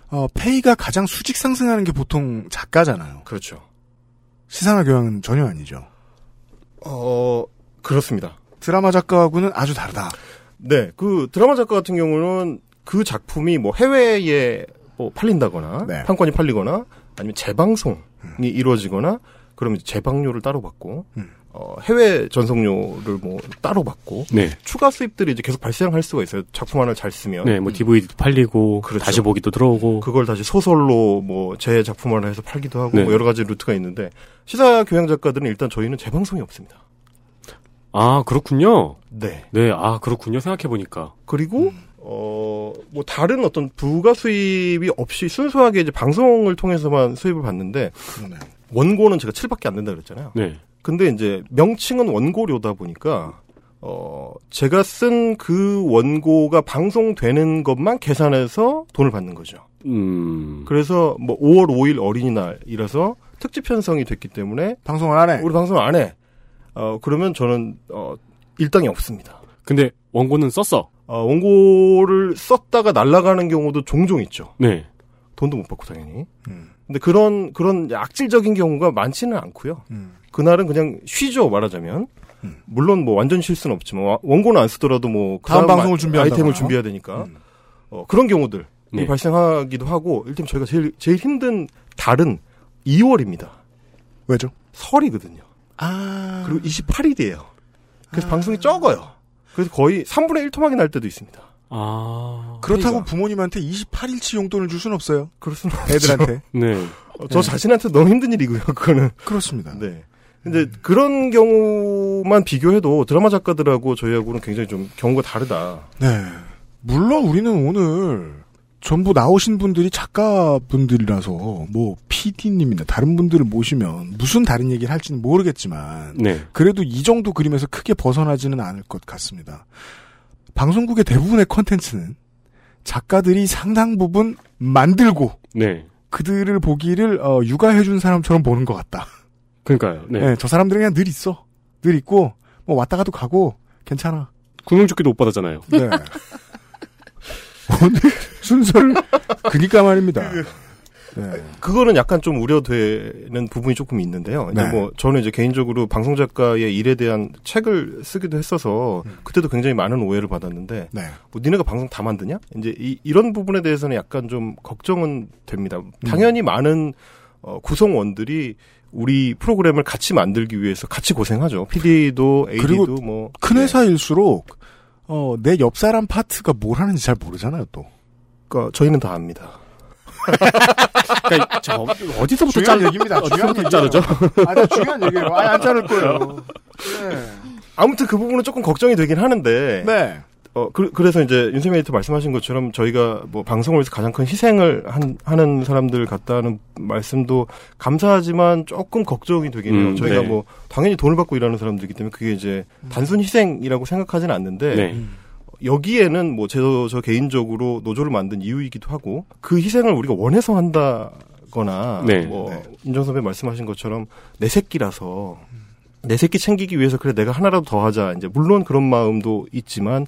Speaker 2: 어, 페이가 가장 수직 상승하는 게 보통 작가잖아요.
Speaker 11: 그렇죠.
Speaker 2: 시사나 교양은 전혀 아니죠.
Speaker 11: 어, 그렇습니다.
Speaker 2: 드라마 작가하고는 아주 다르다.
Speaker 11: 네, 그 드라마 작가 같은 경우는 그 작품이 뭐 해외에 뭐 팔린다거나
Speaker 2: 네.
Speaker 11: 판권이 팔리거나 아니면 재방송이 이루어지거나 그러면 이제 재방료를 따로 받고 어, 해외 전송료를 뭐 따로 받고
Speaker 3: 네.
Speaker 11: 추가 수입들이 이제 계속 발생할 수가 있어요. 작품 하나 잘 쓰면
Speaker 3: 네, 뭐 DVD도 팔리고 다시 보기도 들어오고
Speaker 11: 그걸 다시 소설로 뭐 제 작품을 해서 팔기도 하고
Speaker 3: 네.
Speaker 11: 뭐 여러 가지 루트가 있는데 시사 교양 작가들은 일단 저희는 재방송이 없습니다.
Speaker 3: 아 그렇군요.
Speaker 11: 네.
Speaker 3: 네, 아 그렇군요. 생각해 보니까
Speaker 11: 그리고 어, 뭐 다른 어떤 부가 수입이 없이 순수하게 이제 방송을 통해서만 수입을 받는데 원고는 제가 7밖에 안 된다 그랬잖아요.
Speaker 3: 네.
Speaker 11: 근데 이제 명칭은 원고료다 보니까 어, 제가 쓴 그 원고가 방송되는 것만 계산해서 돈을 받는 거죠.
Speaker 3: 음.
Speaker 11: 그래서 뭐 5월 5일 어린이날이라서 특집 편성이 됐기 때문에
Speaker 2: 방송을 안 해.
Speaker 11: 우리 방송을 안 해. 어 그러면 저는 어 일당이 없습니다.
Speaker 3: 근데 원고는 썼어.
Speaker 11: 어 원고를 썼다가 날아가는 경우도 종종 있죠.
Speaker 3: 네.
Speaker 11: 돈도 못 받고 당연히.
Speaker 2: 음.
Speaker 11: 근데 그런 그런 악질적인 경우가 많지는 않고요.
Speaker 2: 음.
Speaker 11: 그날은 그냥 쉬죠 말하자면. 물론 뭐 완전 쉴 수는 없지만 와- 원고는 안 쓰더라도 뭐
Speaker 2: 다음
Speaker 11: 그다음
Speaker 2: 방송을
Speaker 11: 아-
Speaker 2: 준비한다거나. 음.
Speaker 11: 아이템을 준비해야 되니까 어, 그런 경우들이
Speaker 2: 네.
Speaker 11: 발생하기도 하고 일단 저희가 제일 제일 힘든 달은 2월입니다.
Speaker 2: 왜죠?
Speaker 11: 설이거든요.
Speaker 2: 아.
Speaker 11: 그리고 28일이에요. 그래서 방송이 적어요. 그래서 거의 3분의 1 토막이 날 때도 있습니다.
Speaker 3: 아.
Speaker 2: 그렇다고 부모님한테 28일치 용돈을 줄 수는 없어요.
Speaker 11: 그럴 수는
Speaker 2: 애들한테.
Speaker 3: 네.
Speaker 11: 어, 저 자신한테 너무 힘든 일이고요. [laughs] 그거는
Speaker 2: 그렇습니다.
Speaker 11: 네. 근데 그런 경우만 비교해도 드라마 작가들하고 저희하고는 굉장히 좀 경우가 다르다.
Speaker 2: 네. 물론 우리는 오늘 전부 나오신 분들이 작가분들이라서 뭐 PD님이나 다른 분들을 모시면 무슨 다른 얘기를 할지는 모르겠지만
Speaker 3: 네.
Speaker 2: 그래도 이 정도 그림에서 크게 벗어나지는 않을 것 같습니다. 방송국의 대부분의 컨텐츠는 작가들이 상당 부분 만들고
Speaker 3: 네.
Speaker 2: 그들을 보기를 어, 육아해준 사람처럼 보는 것 같다.
Speaker 3: 그러니까요. 네.
Speaker 2: 네, 저 사람들은 그냥 늘 있어. 늘 있고 뭐 왔다 가도 가고 괜찮아.
Speaker 3: 구명조끼도 못 받았잖아요.
Speaker 2: 네. [laughs] 오늘 순서를 그니까 말입니다. 네.
Speaker 11: 그거는 약간 좀 우려되는 부분이 조금 있는데요. 이제
Speaker 2: 네.
Speaker 11: 뭐 저는 이제 개인적으로 방송 작가의 일에 대한 책을 쓰기도 했어서 그때도 굉장히 많은 오해를 받았는데
Speaker 2: 네.
Speaker 11: 뭐 니네가 방송 다 만드냐? 이제 이, 이런 부분에 대해서는 약간 좀 걱정은 됩니다.
Speaker 2: 음.
Speaker 11: 당연히 많은 어, 구성원들이 우리 프로그램을 같이 만들기 위해서 같이 고생하죠. PD도
Speaker 2: 그리고
Speaker 11: AD도 뭐
Speaker 2: 큰 회사일수록 어, 내 옆 사람 파트가 뭘 하는지 잘 모르잖아요, 또.
Speaker 11: 그러니까 저희는 다 압니다.
Speaker 3: 그러니까 저 어디서부터
Speaker 2: 중요한
Speaker 3: 자르-
Speaker 2: 얘기입니다. 중요한
Speaker 3: 어디서부터 [laughs] 자르죠?
Speaker 2: 아, 나 중요한 얘기예요. 아예 안 자를 거예요.
Speaker 11: 아무튼 그 부분은 조금 걱정이 되긴 하는데.
Speaker 2: [laughs] 네.
Speaker 11: 어, 그, 래서 이제 윤세미 에디터 말씀하신 것처럼 저희가 뭐 방송을 해서 가장 큰 희생을 한- 하는 사람들 같다는 말씀도 감사하지만 조금 걱정이 되긴 해요.
Speaker 3: 음,
Speaker 11: 저희가
Speaker 3: 네.
Speaker 11: 뭐 당연히 돈을 받고 일하는 사람들이기 때문에 그게 이제 단순 희생이라고 생각하진 않는데.
Speaker 3: 네.
Speaker 11: 여기에는 뭐 저, 저 개인적으로 노조를 만든 이유이기도 하고 그 희생을 우리가 원해서 한다거나
Speaker 3: 네.
Speaker 11: 뭐 인정 선배 말씀하신 것처럼 내 새끼라서 내 새끼 챙기기 위해서 그래 내가 하나라도 더 하자 이제 물론 그런 마음도 있지만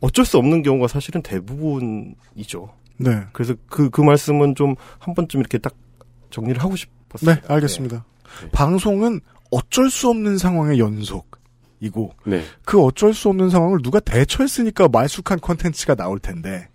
Speaker 11: 어쩔 수 없는 경우가 사실은 대부분이죠.
Speaker 2: 네.
Speaker 11: 그래서 그, 그 말씀은 좀 한 번쯤 이렇게 딱 정리를 하고 싶었어요.
Speaker 2: 네, 알겠습니다. 방송은 어쩔 수 없는 상황의 연속이고
Speaker 3: 네.
Speaker 2: 그 어쩔 수 없는 상황을 누가 대처했으니까 말쑥한 콘텐츠가 나올 텐데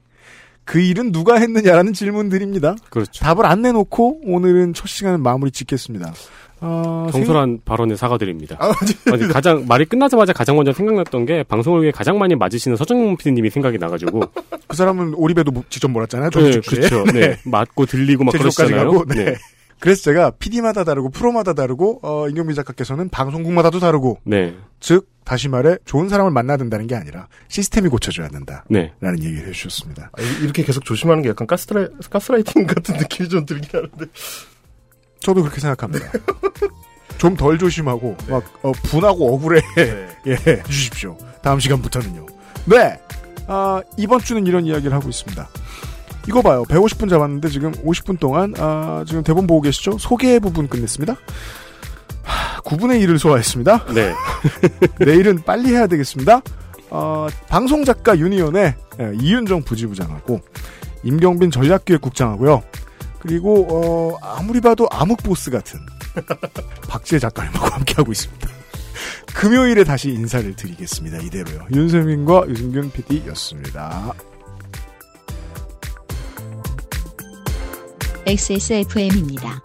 Speaker 2: 그 일은 누가 했느냐라는 질문들입니다.
Speaker 3: 그렇죠.
Speaker 2: 답을 안 내놓고 오늘은 첫 시간은 마무리 짓겠습니다. 어,
Speaker 3: 경솔한 발언에 사과드립니다. 아, 아니, 가장 말이 끝나자마자 가장 먼저 생각났던 게 방송을 위해 가장 많이 맞으시는 서정용 PD님이 생각이 나가지고
Speaker 2: 생각- 그 사람은 오리배도 무- 직접 몰았잖아요.
Speaker 3: 네,
Speaker 2: 정신줄에. [laughs]
Speaker 3: 그렇죠. 네. 맞고 들리고 막
Speaker 2: 제주도까지
Speaker 3: 그러시잖아요.
Speaker 2: 가고, 네.
Speaker 3: 네.
Speaker 2: 그래서 제가 PD마다 다르고 프로마다 다르고 어, 임경민 작가께서는 방송국마다도 다르고
Speaker 3: 네.
Speaker 2: 즉 다시 말해 좋은 사람을 만나야 된다는 게 아니라 시스템이 고쳐져야 된다.
Speaker 3: 네.
Speaker 2: 라는 얘기를 해주셨습니다.
Speaker 11: 아, 이- 이렇게 계속 조심하는 게 약간 가스라, 가스라이팅 같은 느낌이 좀 들긴 하는데.
Speaker 2: 저도 그렇게 생각합니다. 좀 덜 조심하고 막 어, 분하고 억울해 [laughs] 예, 주십시오. 다음 시간부터는요. 네, 아, 이번 주는 이런 이야기를 하고 있습니다. 이거 봐요. 150분 잡았는데 지금 50분 동안 아, 지금 대본 보고 계시죠? 소개 부분 끝냈습니다. 하, 9분의 1을 소화했습니다.
Speaker 3: 네.
Speaker 2: [laughs] 내일은 빨리 해야 되겠습니다. 어, 방송작가 유니온의 예, 이윤정 부지부장하고 임경빈 전략기획국장하고요. 그리고 어, 아무리 봐도 암흑보스 같은 박지혜 작가님하고 함께하고 있습니다. 금요일에 다시 인사를 드리겠습니다. 이대로요. 윤세민과 유승균 PD였습니다.
Speaker 1: XSFM입니다.